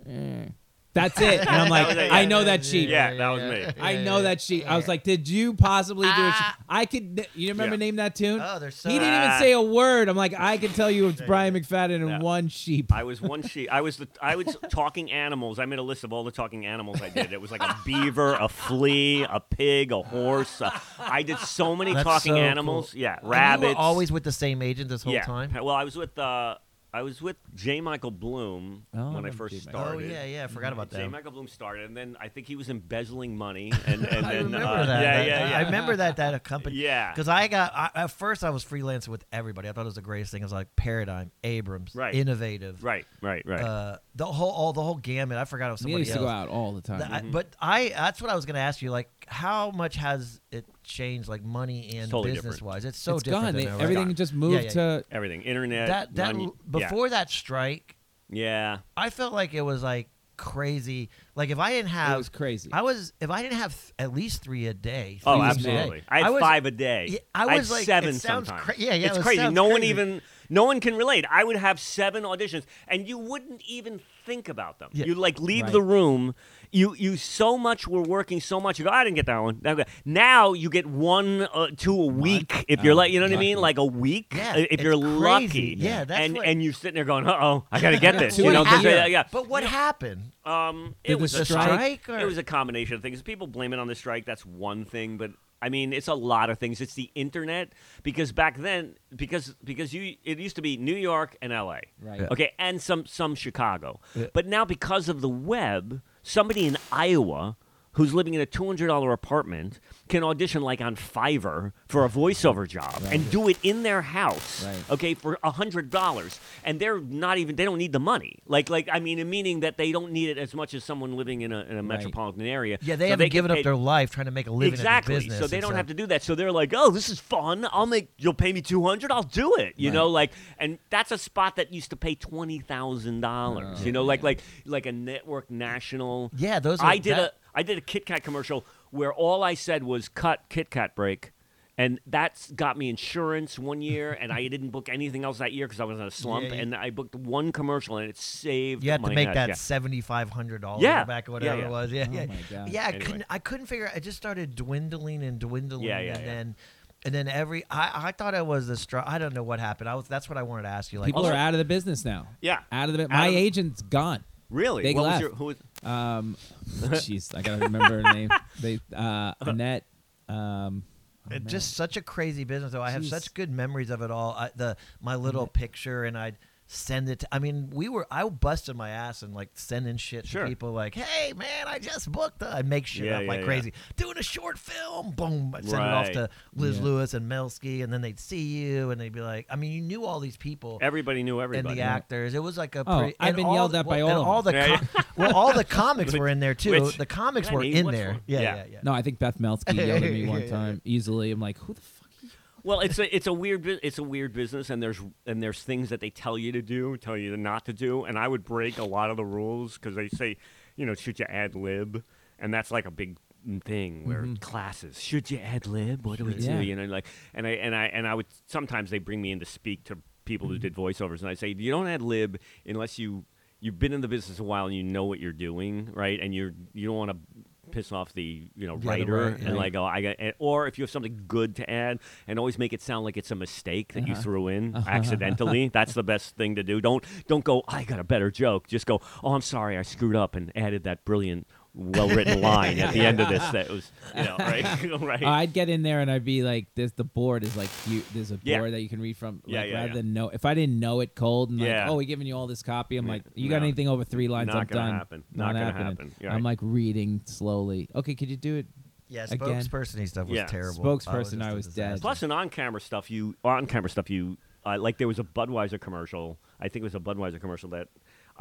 B: "Eh." That's it. And I'm like,
C: was it,
B: I
C: yeah.
B: know that sheep.
C: Yeah, that was me.
B: I know that sheep. I was like, did you possibly do it? I could. You remember
C: Ah. Yeah.
B: name that tune?
D: Oh, there's so
B: He didn't
C: Ah.
B: even say a word. I'm like, I can tell you it's Brian McFadden and
C: Yeah.
B: one sheep.
C: I was one sheep. I was the I was talking animals. I made a list of all the talking animals I did. It was like a beaver, a flea, a pig, a horse. a- I did so many
D: That's
C: talking
D: so
C: animals.
D: cool.
C: Yeah,
D: And you were
C: rabbits.
D: always with the same agent this whole
C: yeah.
D: time.
C: Well, I was with uh, I was with J. Michael Bloom
B: Oh, I
C: when I
B: remember
C: first
B: J. Michael.
C: started.
D: Oh yeah, yeah. I forgot about
C: J.
D: that.
C: Michael Bloom started, and then I think he was embezzling money, and, and
D: I
C: then
D: remember
C: uh,
D: that.
C: yeah,
D: that-
C: yeah, yeah.
D: I remember that that a company.
C: Yeah.
D: Because I got I, at first I was freelancing with everybody. I thought it was the greatest thing. It was like Paradigm, Abrams,
C: Right.
D: Innovative,
C: Right, right, right.
D: Uh, the whole all the whole gamut. I forgot it was
B: We
D: somebody
B: used to
D: else.
B: go out all the time.
D: Th-
C: Mm-hmm.
D: I- but I that's what I was going to ask you. Like, how much has it changed? Like money and
C: totally
D: business
C: different.
D: wise, it's so
B: it's
D: different.
B: gone.
D: than
B: They-
D: that, right?
B: everything
C: Gone.
B: just moved
D: Yeah, yeah,
B: to.
C: Everything, internet.
D: that that
C: non-
D: before that strike,
C: Yeah.
D: I felt like it was like crazy. Like if I didn't have
B: It was crazy.
D: I was if I didn't have th- at least three a day.
C: Oh,
D: three a
C: absolutely.
D: day,
C: I had
D: was-
C: five a day.
D: Yeah, I
C: had
D: was like-
C: seven
D: it sounds
C: sometimes.
D: cra- yeah, yeah,
C: It's
D: it
C: crazy.
D: sounds
C: No one
D: crazy.
C: even, no one can relate. I would have seven auditions, and you wouldn't even think about them.
D: Yeah.
C: You like leave
B: Right.
C: the room. You you so much were working so much. You go, I didn't get that one. That- Now you get one, uh, two a week if you're
B: Oh,
C: like, you know what I
B: lucky.
C: mean, like a week
D: Yeah,
C: uh, if
D: it's
C: you're
D: crazy.
C: lucky.
D: Yeah, that's
C: and
D: what-
C: and you're sitting there going, uh oh, I gotta get this.
B: Two
C: you know,
B: and a half.
C: this- yeah, yeah.
D: But what happened?
C: Um,
B: Did
C: it
B: the
C: was a
B: strike-
C: strike.
D: Strike or-
C: It was a combination of things. People blame it on the strike. That's one thing, but I mean, it's a lot of things. It's the internet because back then, because because you it used to be New York and L.A.
B: Right. Yeah.
C: Okay, and some some Chicago,
D: Yeah.
C: but now because of the web, somebody in Iowa who's living in a two hundred dollar apartment can audition like on Fiverr for a voiceover job and do it in their house.
B: Right.
C: Okay, for hundred dollars, and they're not even they don't need the money. Like like I mean, meaning that they don't need it as much as someone living in a, in a metropolitan area.
D: Yeah, they
C: So
D: haven't
C: can
D: given up
C: pay-
D: their life trying to make a living
C: exactly.
D: in the business.
C: So they don't
D: It's
C: have to
D: a-
C: do that. So they're like, "Oh, this is fun. I'll make. You'll pay me two hundred. I'll do it." You know, like, and that's a spot that used to pay twenty thousand
D: Oh,
C: dollars. You know, like like like a network national.
D: Yeah, those. Are,
C: I did
D: that,
C: a I did a Kit Kat commercial where all I said was cut Kit Kat break. And that's got me insurance one year, and I didn't book anything else that year because I was in a slump.
D: you-
C: and I booked one commercial, and it saved.
D: You had to
C: Oh my
D: make
C: ass,
D: that
C: yeah.
D: seventy five hundred dollars
C: Yeah.
D: back or
C: Yeah,
D: whatever
C: yeah.
D: it was. Yeah,
B: Oh
D: yeah,
B: my God.
D: yeah. I
C: Anyway.
D: couldn't. I couldn't figure. I just started dwindling and dwindling.
C: Yeah, yeah,
D: and
C: yeah.
D: then, and then every. I, I thought I was the straw. I don't know what happened. I was. That's what I wanted to ask you. Like,
B: People are out of the business now.
C: Yeah.
B: Out of the. bu-
C: Out
B: My
C: of-
B: agent's gone.
C: Really?
B: They
C: what
B: left.
C: was your? Who was?
B: Um, jeez, I gotta remember her name. They uh, Annette. Um, oh,
D: It's
B: man.
D: just such a crazy business though. I have
B: Jeez.
D: such good memories of it all. I, the my
C: Mm-hmm.
D: little picture and I'd send it. To, I mean, we were I busted my ass and like sending shit
C: Sure.
D: to people like, "Hey man, I just booked." A, I make shit
C: Yeah,
D: up
C: yeah,
D: like
C: yeah.
D: crazy. Doing a short film. Boom. I'd send
C: Right.
D: it off to Liz
B: Yeah.
D: Lewis and Melsky, and then they'd see you and they'd be like, I mean, you knew all these people.
C: Everybody knew everybody.
D: And the actors, it was like a.
B: Oh,
D: pre-
B: I've
D: and
B: been
D: all-
B: yelled at by
D: well,
B: all
D: and
B: of
D: all the
C: them. Yeah,
D: com- well, all the comics
C: Which-
D: were in there too.
C: which-
D: the comics were
C: Lenny,
D: in
C: what's
D: there.
C: wrong?
D: Yeah,
C: Yeah.
D: yeah, yeah.
B: No, I think Beth Meltsky yelled at me one time easily. I'm like, who the fuck? Are you?
C: Well, it's a it's a weird bu- it's a weird business, and there's and there's things that they tell you to do, tell you not to do, and I would break a lot of the rules because they say, you know, should you ad lib, and that's like a big thing where classes should you ad lib? What do we
B: Yeah.
C: do? You know, like and I and I and I would sometimes they bring me in to speak to people who did voiceovers, and I say you don't ad lib unless you you've been in the business a while and you know what you're doing, right? And you're you don't want to piss off the you know
D: the
C: writer
D: writer,
C: and
D: yeah.
C: like go, I got, and- or if you have something good to add, and always make it sound like it's a mistake that you threw in accidentally. That's the best thing to do. Don't don't go. I got a better joke. Just go. Oh, I'm sorry, I screwed up and added that brilliant, well-written line at the end of this. That was, you know, right, right.
B: Uh, I'd get in there and I'd be like, "There's the board is like you. There's a board
C: Yeah.
B: that you can read from. Like,
C: Yeah, yeah,
B: rather
C: yeah.
B: than know, if I didn't know it cold and like,
C: Yeah.
B: oh, we're giving you all this copy. I'm
C: Yeah,
B: like, you got
C: no.
B: anything over three lines?
C: Not
B: I'm
C: gonna
B: done.
C: happen. Not gonna happen. You're
B: I'm
C: right.
B: like reading slowly. Okay, could you do it?
D: Yeah,
B: Again.
D: spokesperson stuff was
C: Yeah.
D: terrible. Oh,
B: Spokesperson, I
D: just a
B: was dead.
D: disaster.
C: Plus, in on-camera stuff, you on-camera stuff, you uh, like there was a Budweiser commercial. I think it was a Budweiser commercial that.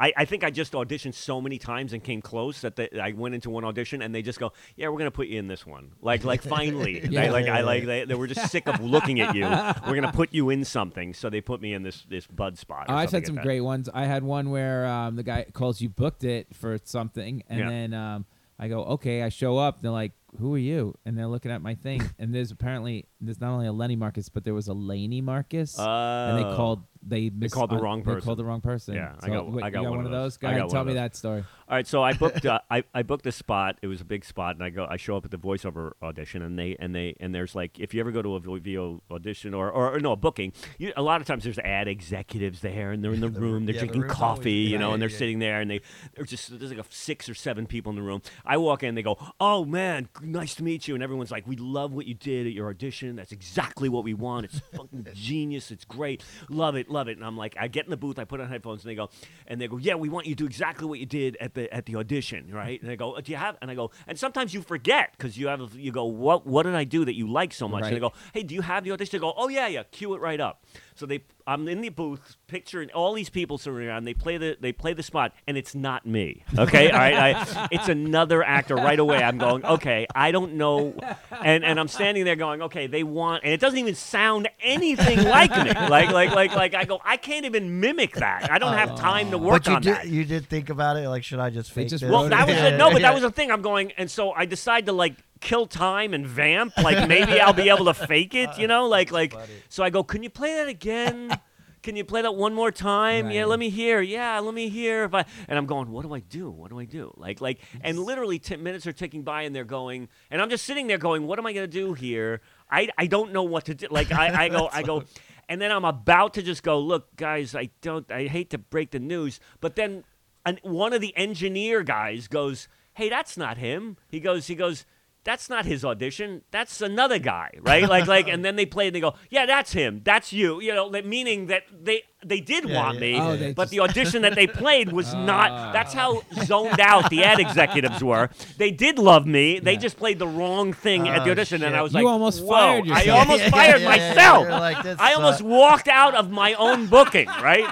C: I, I think I just auditioned so many times and came close that they, I went into one audition and they just go, "Yeah, we're gonna put you in this one." Like, like finally, They-
B: Yeah.
C: like I like they, they were just sick of looking at you. We're gonna put you in something, so they put me in this this Bud spot. or
B: Oh, I've
C: something
B: had some
C: like that.
B: great ones. I had one where um, the guy calls you booked it for something, and
C: Yeah.
B: then um, I go, okay, I show up. They're like, who are you? And they're looking at my thing, and there's apparently there's not only a Lenny Marcus, but there was a Laney Marcus, and they
C: Oh.
B: called they, mis-
C: called the
B: uh,
C: wrong
B: They called the
C: person.
B: wrong person.
C: Yeah, I
B: So,
C: got-
B: wait,
C: I
B: you
C: got
B: got
C: one
B: one
C: of
B: of
C: those.
B: those. Go
C: I
B: ahead,
C: got one
B: tell
C: of
B: me
C: those.
B: that story.
C: All right, so I booked uh, I, I booked a spot. It was a big spot, and I go I show up at the voiceover audition, and they and they and there's like if you ever go to a vo- VO audition or or, or no a booking, you, a lot of times there's ad executives there, and they're in the, room, they're
D: yeah, the
C: drinking
D: room's always-
C: coffee, you
D: yeah,
C: know,
D: yeah,
C: and they're
D: yeah.
C: sitting there, and they they're just there's like a six or seven people in the room. I walk in, they go, oh man, g- nice to meet you, and everyone's like, we love what you did at your audition. That's exactly what we want. It's fucking genius. It's great. Love it, love it. And I'm like, I get in the booth, I put on headphones, and they go, and they go, yeah, we want you to do exactly what you did at the at the audition, right? And they go, do you have? And I go, and sometimes you forget because you have you go, what what did I do that you like so much? And they go
B: Right.
C: go, "Hey, do you have the audition?" They go, "Oh yeah, yeah, cue it right up." So they, I'm in the booth, picturing all these people surrounding. around. They play the, they play the spot, and it's not me. Okay, all right, I, it's another actor. Right away, I'm going, okay, I don't know, and and I'm standing there going, okay, they want, and it doesn't even sound anything like me. Like like like like I go, I can't even mimic that. I don't have time to work
D: but you
C: on
D: did,
C: that.
D: You did think about it, like, should I just fake
B: just
D: this?
C: Well,
B: wrote
C: that
B: it
C: was
B: down.
C: the, no, but that was the thing. I'm going, and so I decide to like kill time and vamp. Like maybe I'll be able to fake it, you know? Like like. So I go, can you play that again? Can you play that one more time? Yeah,
B: Right.
C: let me hear. Yeah, let me hear. If I and I'm going, what do I do? What do I do? Like like, and literally ten minutes are ticking by, and they're going, and I'm just sitting there going, what am I gonna do here? I, I don't know what to do. Like I, I go I go. And then I'm about to just go, look, guys, I don't, I hate to break the news, but then and one of the engineer guys goes, "Hey, that's not him." He goes, he goes, "That- that's not his audition. That's another guy, right? Like, like, and then they play and they go, yeah, that's him. That's you. You know, like, meaning that they they did
D: Yeah,
C: want
D: yeah.
C: me,
B: Oh, they
C: but
B: just-
C: the audition that they played was
B: Ah.
C: not. That's how zoned out the ad executives were. They did love me. They
B: Yeah. Ah,
C: just played the wrong thing at the
D: Oh,
C: audition, and
D: shit.
C: I was
B: You
C: like,
B: almost
C: Whoa,
B: fired
C: I
B: yourself.
C: almost
D: Yeah, yeah,
C: fired
D: yeah, yeah, yeah.
C: myself.
D: You're like, this
C: I almost
D: sucks.
C: walked out of my own booking, right?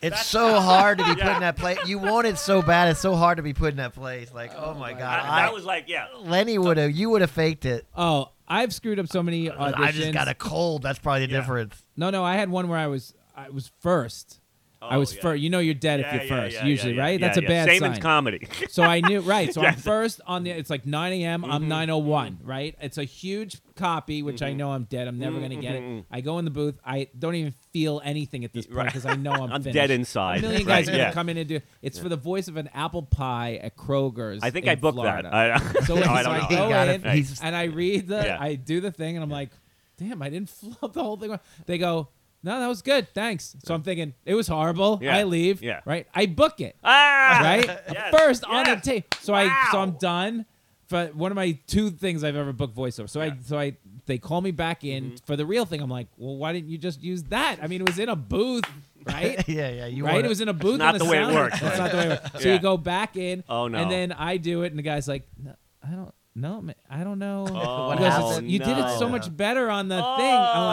D: It's so hard to be put
C: Yeah.
D: in that place. You want it so bad. It's so hard to be put in that place. Like, oh, my god,
C: I-
D: I,
C: that was like, yeah.
D: Lenny would have. You would have faked it.
B: Oh, I've screwed up so many auditions.
D: I just got a cold. That's probably the
C: Yeah.
D: difference.
B: No, no, I had one where I was I was first. I
C: Oh,
B: was
C: yeah.
B: first. You know you're dead
C: Yeah,
B: if you're
C: yeah,
B: first,
C: yeah,
B: usually,
C: yeah, yeah,
B: right?
C: yeah,
B: That's a
C: yeah.
B: bad
C: Saman's
B: sign.
C: comedy.
B: so I knew, right? So I'm
C: Yes. Mm-hmm.
B: first on the. It's like 9 a.m. I'm 9:01, right? It's a huge copy, which I know I'm dead. I'm never gonna get it.
C: Mm-hmm.
B: I go in the booth. I don't even feel anything at this point
C: Right.
B: because I know I'm
C: I'm
B: finished.
C: dead inside.
B: A million
C: Right,
B: guys are gonna
C: yeah.
B: come in and do. It's for the voice of an apple pie at Kroger's.
C: I think
B: in
C: I booked
B: Florida.
C: that. I,
B: So,
C: no,
B: it's
C: I
B: like,
C: don't
D: He
C: know.
B: go
D: got it.
B: in,
D: He's-
B: and I read the,
C: Yeah.
B: I do the thing, and I'm like, damn, I didn't flub the whole thing. They go, no, that was good, thanks. So I'm thinking it was horrible.
C: Yeah.
B: I leave,
C: Yeah.
B: right? I book it,
C: Ah,
B: right?
C: Yes,
B: First on the
C: yes.
B: tape. So I, so I'm
C: Wow.
B: done. For one of my two things I've ever booked voiceover. So I, so I, they call me back in
C: Mm-hmm.
B: for the real thing. I'm like, well, why didn't you just use that? I mean, it was in a booth, right?
D: yeah, yeah. You
B: right?
D: wanna-
B: It was in a booth.
C: not
B: on a
C: the way it
B: sound-
C: works,
B: That's
C: right.
B: not the way it works. So
C: Yeah.
B: you go back in.
C: Oh, no.
B: And then I do it, and the guy's like, no, "I don't, no, ma- I don't know."
C: Oh,
B: He goes, "It's-
D: happened?
B: You did it so
D: no.
B: much better on the thing. I'm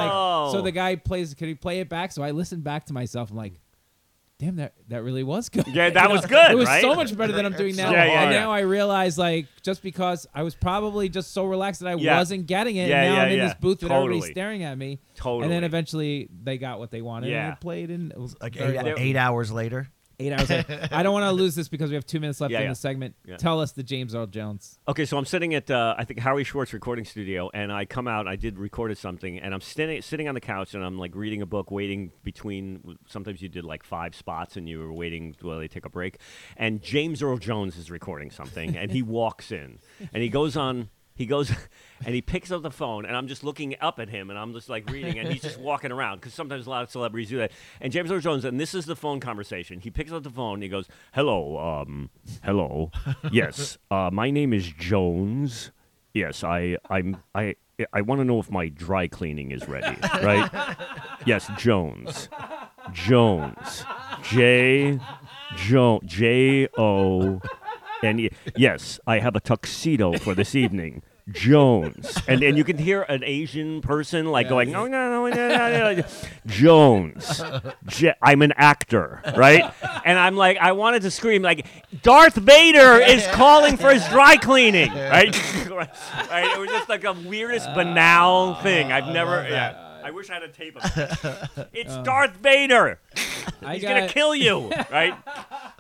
B: like, so
C: Oh.
B: the guy plays. Can he play it back? So I listen back to myself. I'm like. Damn, that that really was good.
C: Yeah, that
B: You know,
C: was good,
B: It was
C: right?
B: so much better than I'm doing now.
C: Yeah, yeah,
B: and
C: yeah.
B: now I realize, like, just because I was probably just so relaxed that I
C: Yeah.
B: wasn't getting it,
C: Yeah,
B: and now
C: yeah,
B: I'm in
C: yeah.
B: this booth with everybody
C: Totally.
B: staring at me. And then
C: Totally.
B: eventually they got what they wanted, and
C: Yeah.
B: it played, and it was
D: like
B: very
D: eight,
B: well.
D: eight hours later.
B: Eight hours. later. I don't want to lose this because we have two minutes left
C: Yeah,
B: in
C: yeah.
B: the segment.
C: Yeah.
B: Tell us the James Earl Jones.
C: Okay, so I'm sitting at uh, I think Howie Schwartz recording studio, and I come out. I did recorded something, and I'm sitting sitting on the couch, and I'm like reading a book, waiting between. Sometimes you did like five spots, and you were waiting while they take a break. And James Earl Jones is recording something, and he walks in, and he goes on. He goes and he picks up the phone, and I'm just looking up at him, and I'm just like reading, and he's just walking around because sometimes a lot of celebrities do that. And James Earl Jones, and this is the phone conversation. He picks up the phone, and he goes, "Hello, um, hello, yes, uh, my name is Jones. Yes, I, I'm, I, I want to know if my dry cleaning is ready, right? yes, Jones, Jones, J, Jo, J O." and y- yes, I have a tuxedo for this evening. Jones, and and you can hear an Asian person like going, no, no, no, no, no, no. Jones, J- I'm an actor, right? And I'm like, I wanted to scream like, Darth Vader is calling for his dry cleaning, right? right? It was just like the weirdest banal thing. I've never. Yeah, I wish I had a tape of it. It's Darth Vader.
B: Um, I
C: He's
B: got
C: gonna kill you, right?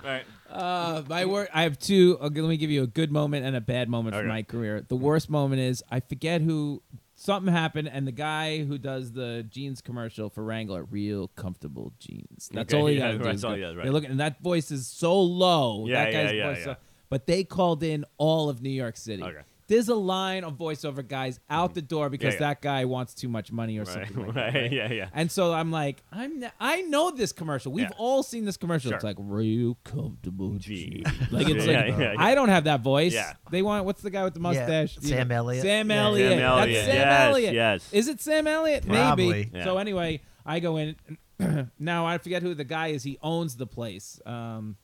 C: Right.
B: uh, my wor I have two. Okay, let me give you a good moment and a bad moment for
C: Okay.
B: my career. The worst moment is I forget who. Something happened, and the guy who does the jeans commercial for Wrangler, real comfortable jeans. That's
C: Okay,
B: all he
C: yeah,
B: got to do.
C: that's
B: is
C: all
B: go-
C: he does, right.
B: They look, and that voice is so low.
C: Yeah,
B: that
C: yeah,
B: guy's
C: yeah,
B: voice. is
C: yeah.
B: so- but they called in all of New York City.
C: Okay.
B: There's a line of voiceover guys out the door because
C: yeah.
B: that guy wants too much money or
C: Right.
B: something. Like that,
C: Right. Yeah. Yeah.
B: And so I'm like, I'm n- I know this commercial. We've
C: Yeah.
B: all seen this commercial. It's
C: Sure.
B: like real comfortable
C: Gee.
B: jeans. Like it's
C: Yeah,
B: like
C: yeah, yeah.
B: I don't have that voice.
C: Yeah.
B: They want what's the guy with the mustache? You
D: Sam
B: know,
D: Elliott.
B: Sam
D: Yeah.
B: Elliott.
C: Sam
B: That's
C: Elliott.
B: Sam
C: Yes,
B: Elliott.
C: yes.
B: Is it Sam Elliott? Maybe.
D: Probably.
C: Yeah.
B: So anyway, I go in. now I forget who the guy is. He owns the place. Um,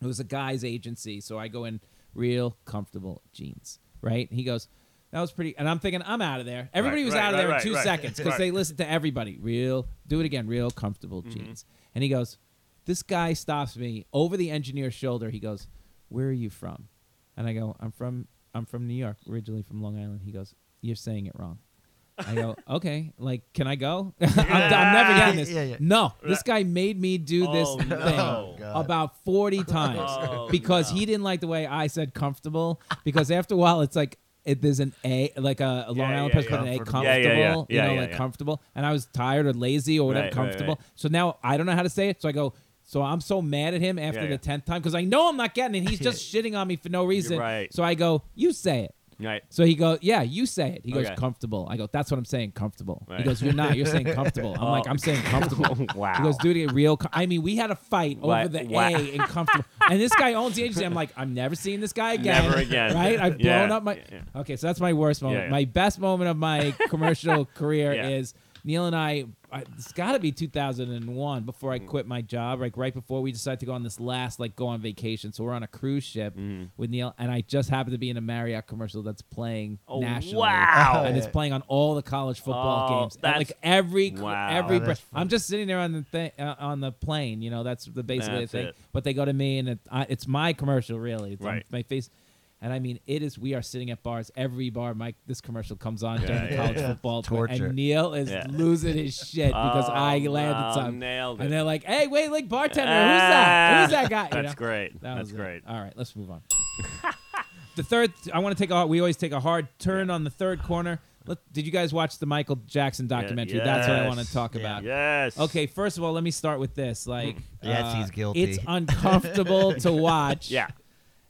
B: it was a guy's agency. So I go in real comfortable jeans, right? He goes, that was pretty. And I'm thinking, I'm out of there. Everybody was
C: right,
B: out
C: right,
B: of there in
C: right,
B: two
C: right.
B: seconds because
C: Right.
B: they listen to everybody. Real, do it again, real comfortable
C: Mm-hmm.
B: jeans. And he goes, this guy stops me over the engineer's shoulder. He goes, where are you from? And I go, I'm from, I'm from New York, originally from Long Island. He goes, you're saying it wrong. I go, okay, like, can I go? I'm, I'm never getting this.
D: Yeah, yeah.
B: No, this guy made me do this
C: Oh,
B: thing
C: no.
D: God.
B: about 40 times
C: Oh,
B: because he didn't like the way I said comfortable. Because after a while, it's like it, there's an A, like a, a Long
C: Yeah,
B: Island
C: yeah,
B: person, an A, comfortable,
D: comfortable.
C: Yeah, yeah, yeah.
B: you
C: Yeah,
B: know,
C: yeah,
B: like
C: yeah.
B: comfortable. And I was tired or lazy or whatever,
C: Right, right, right.
B: comfortable. So now I don't know how to say it. So I go, so I'm so mad at him after
C: Yeah, yeah.
B: the 10th time because I know I'm not getting it. He's just shitting on me for no reason.
C: right.
B: So I go, you say it.
C: Right.
B: So he goes, yeah, you say it. He goes,
C: Okay.
B: comfortable. I go, that's what I'm saying, comfortable. He
C: Right.
B: goes, you're not. You're saying comfortable. I'm like,
C: Oh.
B: I'm saying comfortable.
C: Wow.
B: He goes, dude, it real. Com-. I mean, we had a fight
C: Wha-
B: over the
C: wha-
B: A in comfortable. and this guy owns the agency. I'm like, I'm never seeing this guy again.
C: Never again.
B: Right? I've
C: Yeah.
B: blown up my.
C: Yeah.
B: Okay, so that's my worst moment.
C: Yeah, yeah.
B: My best moment of my commercial career
C: Yeah.
B: is Neil and I. I it's got to be 2001 before I quit my job, like right before we decided to go on this last, like, go on vacation. So we're on a cruise ship
C: Mm.
B: with Neil, and I just happened to be in a Marriott commercial that's playing
C: Oh,
B: nationally.
C: wow.
B: And it's playing on all the college football
C: Oh,
B: games. And, like
C: that's-
B: every
C: wow.
B: every
D: That
B: bre-
D: is fun.
B: I'm just sitting there on the thing uh, on the plane, you know, that's the basically
C: That's
B: the thing.
C: it.
B: But they go to me and it, I, it's my commercial really. It's on
C: Right.
B: my face. And I mean, it is. We are sitting at bars. Every bar, Mike, this commercial comes on during the
C: yeah,
B: college
D: yeah.
B: football.
D: It's
B: play,
D: torture.
B: And Neil is
C: Yeah.
B: losing his shit because I
C: Oh,
B: landed
C: wow,
B: something.
C: nailed it. Ah,
B: And they're like, "Hey, wait, like bartender, who's that? Who's that guy?" You
C: That's
B: know?
C: great.
B: That
C: That's
B: was it.
C: great.
B: All right, let's move on. the third, I want to take a. We always take a hard turn on the third corner. Let, did you guys watch the Michael Jackson documentary? That's what I want to
C: yes.
B: talk about.
C: Yes.
B: Okay, first of all, let me start with this. Like,
D: Yes,
B: uh,
D: he's guilty.
B: It's uncomfortable to watch.
C: Yeah.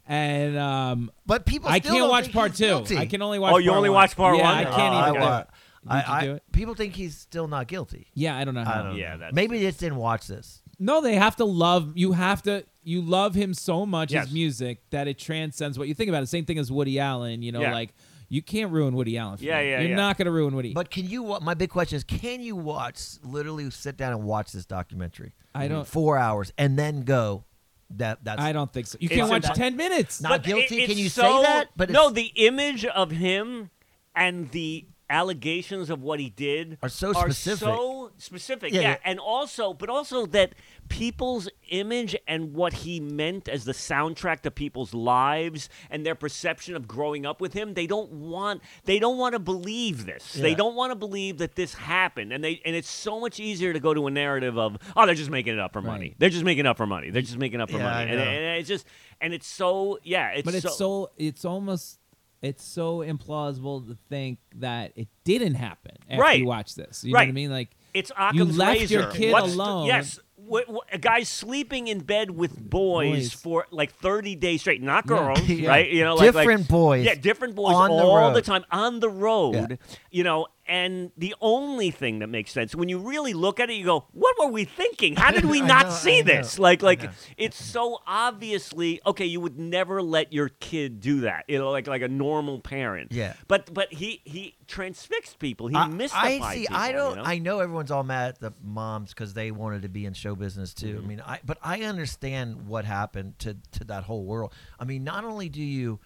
B: and um,
D: But people,
B: I
D: still
B: can't
D: don't
B: watch
D: think
B: part
D: he's
B: two.
D: guilty.
B: I can only watch.
C: Oh, you
B: part
C: only
B: one.
C: watch part
B: yeah,
C: one?
B: I
D: Oh,
B: can't
D: I
B: even.
D: wa- I,
B: Did you
D: I-
B: do it?
D: people think he's still not guilty.
B: yeah, I don't know.
D: I
B: How.
D: don't
C: Yeah,
D: know.
C: that's-
D: Maybe they just didn't watch this.
B: No, they have to love. You have to. You love him so much
C: Yes.
B: his music that it transcends what you think about. It. Same thing as Woody Allen. You know,
C: Yeah.
B: like you can't ruin Woody Allen. For
C: Yeah,
B: me.
C: yeah,
B: You're
C: yeah.
B: not gonna ruin Woody.
D: But can you? wa- My big question is: Can you watch? Literally, sit down and watch this documentary.
B: I don't-
D: Four hours and then go. That that's.
B: I don't think so. You
C: It's
B: can't watch
C: not-
B: ten minutes.
D: Not
C: But it-
D: guilty. Can
C: it's
D: you
C: so-
D: say that? But
C: no,
D: it's-
C: the image of him and the allegations of what he did
D: Are so specific.
C: so specific.
D: Yeah,
C: Yeah,
D: yeah.
C: and also, but also that people's image and what he meant as the soundtrack to people's lives and their perception of growing up with him. They don't want. They don't want to believe this. They
D: Yeah.
C: don't want to believe that this happened. And they and it's so much easier to go to a narrative of oh they're just making it up for money.
B: Right.
C: They're just making it up for money. They're just making it up for
D: Yeah, I
C: money. And,
D: know.
C: and it's just and it's so yeah. It's
B: but it's so,
C: so
B: it's almost it's so implausible to think that it didn't happen after
C: Right.
B: you watch this. You know what I
C: Right.
B: mean? Like
C: It's Occam's
B: You left your
C: razor.
B: kid
C: What's the-
B: alone.
C: yes, wh- wh- a guy sleeping in bed with boys,
B: Boys.
C: for like thirty days straight, not
B: Yeah.
C: girls,
D: Yeah.
C: right? You know, like, like-
D: Different boys
C: Yeah, different boys
D: on the
C: all the,
D: road.
C: time on the road. You know, and the only thing that makes sense when you really look at it, you go, "What were we thinking? How did we
D: I
C: not
D: know,
C: see
D: I know,
C: this?" Like,
D: I
C: like
D: know.
C: it's so obviously okay. You would never let your kid do that. You know, like like a normal parent.
D: Yeah.
C: But but he he transfixed people. He
D: I,
C: mystified
D: I see.
C: people,
D: I
C: you
D: don't.
C: know?
D: I know everyone's all mad at the moms because they wanted to be in show business too.
C: Mm-hmm.
D: I mean, I but I understand what happened to to that whole world. I mean, not only do you,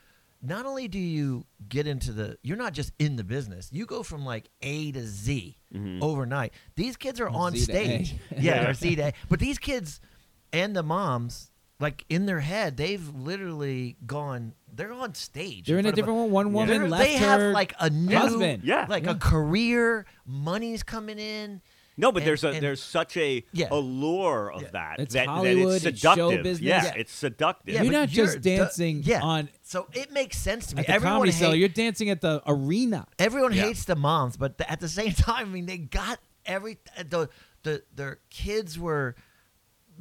D: not only do you get into the, you're not just in the business. You go from like A to Z
C: Mm-hmm.
D: overnight. These kids are on
B: Z to A.
D: stage. yeah, or Z to A. But these kids and the moms. Like in their head, they've literally gone. They're on stage.
B: they're in a
D: front of
B: different one. One woman
D: they're-
B: left
D: they have
B: her
D: like a new
B: husband.
C: Yeah.
D: like a career, money's coming in.
C: No, but
D: And-
C: there's a
D: and-
C: there's such a
D: Yeah.
C: allure of
D: Yeah.
C: that
B: It's
C: that,
B: Hollywood,
C: that
B: it's
C: it's
B: show
C: seductive.
B: business.
C: Yeah,
D: Yeah.
C: it's seductive.
B: You're
D: but
B: not just
D: du-
B: dancing
D: yeah.
B: on-
D: So it makes sense to me.
B: at the
D: everyone
B: comedy cell.
D: hate-
B: You're dancing at the arena.
D: everyone
C: Yeah.
D: hates the moms, but th- at the same time, I mean, they got every uh, the the their kids were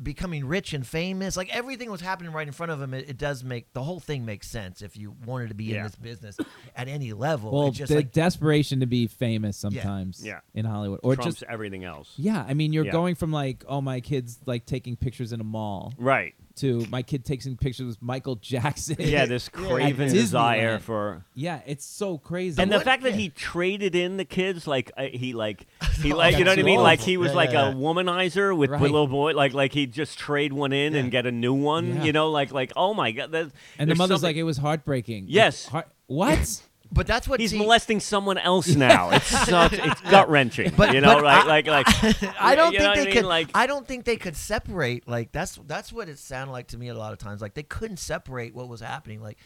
D: becoming rich and famous. Like everything was happening right in front of them. It, it does make the whole thing makes sense if you wanted to be in
C: Yeah.
D: this business at any level.
B: Well,
D: it's just
B: the
D: like
B: desperation to be famous sometimes
C: Yeah.
B: in Hollywood, or
C: Trumps
B: just
C: everything else.
B: yeah. I mean, you're
C: Yeah.
B: going from like, oh, my kids like taking pictures in a mall
C: Right.
B: to my kid taking pictures with Michael Jackson.
C: Yeah, this craven
B: At
C: desire
B: Disneyland.
C: for
B: yeah, it's so crazy.
C: and the
D: what-
C: fact that
D: yeah.
C: he traded in the kids like uh, he like he
D: Oh,
C: like you know
B: that's
C: what I mean
B: awful.
C: like he was
D: Yeah,
C: like
D: yeah,
C: a
D: yeah.
C: womanizer with
B: Right.
C: little boy like like he'd just trade one in and get a new one
B: Yeah.
C: you know like like oh my god that,
B: And the
C: there's
B: mother's like,
C: something-
B: it was heartbreaking. Like,
C: Yes.
B: heart- what?
D: but that's what
C: he's
D: see-
C: molesting someone else now it's such it's gut wrenching
D: But-
C: you know
D: but
C: right
D: I-
C: like like
D: I don't
C: you know what
D: think they
C: I mean?
D: could.
C: like
D: I don't think they could separate. Like that's that's what it sounded like to me a lot of times. Like they couldn't separate what was happening. Like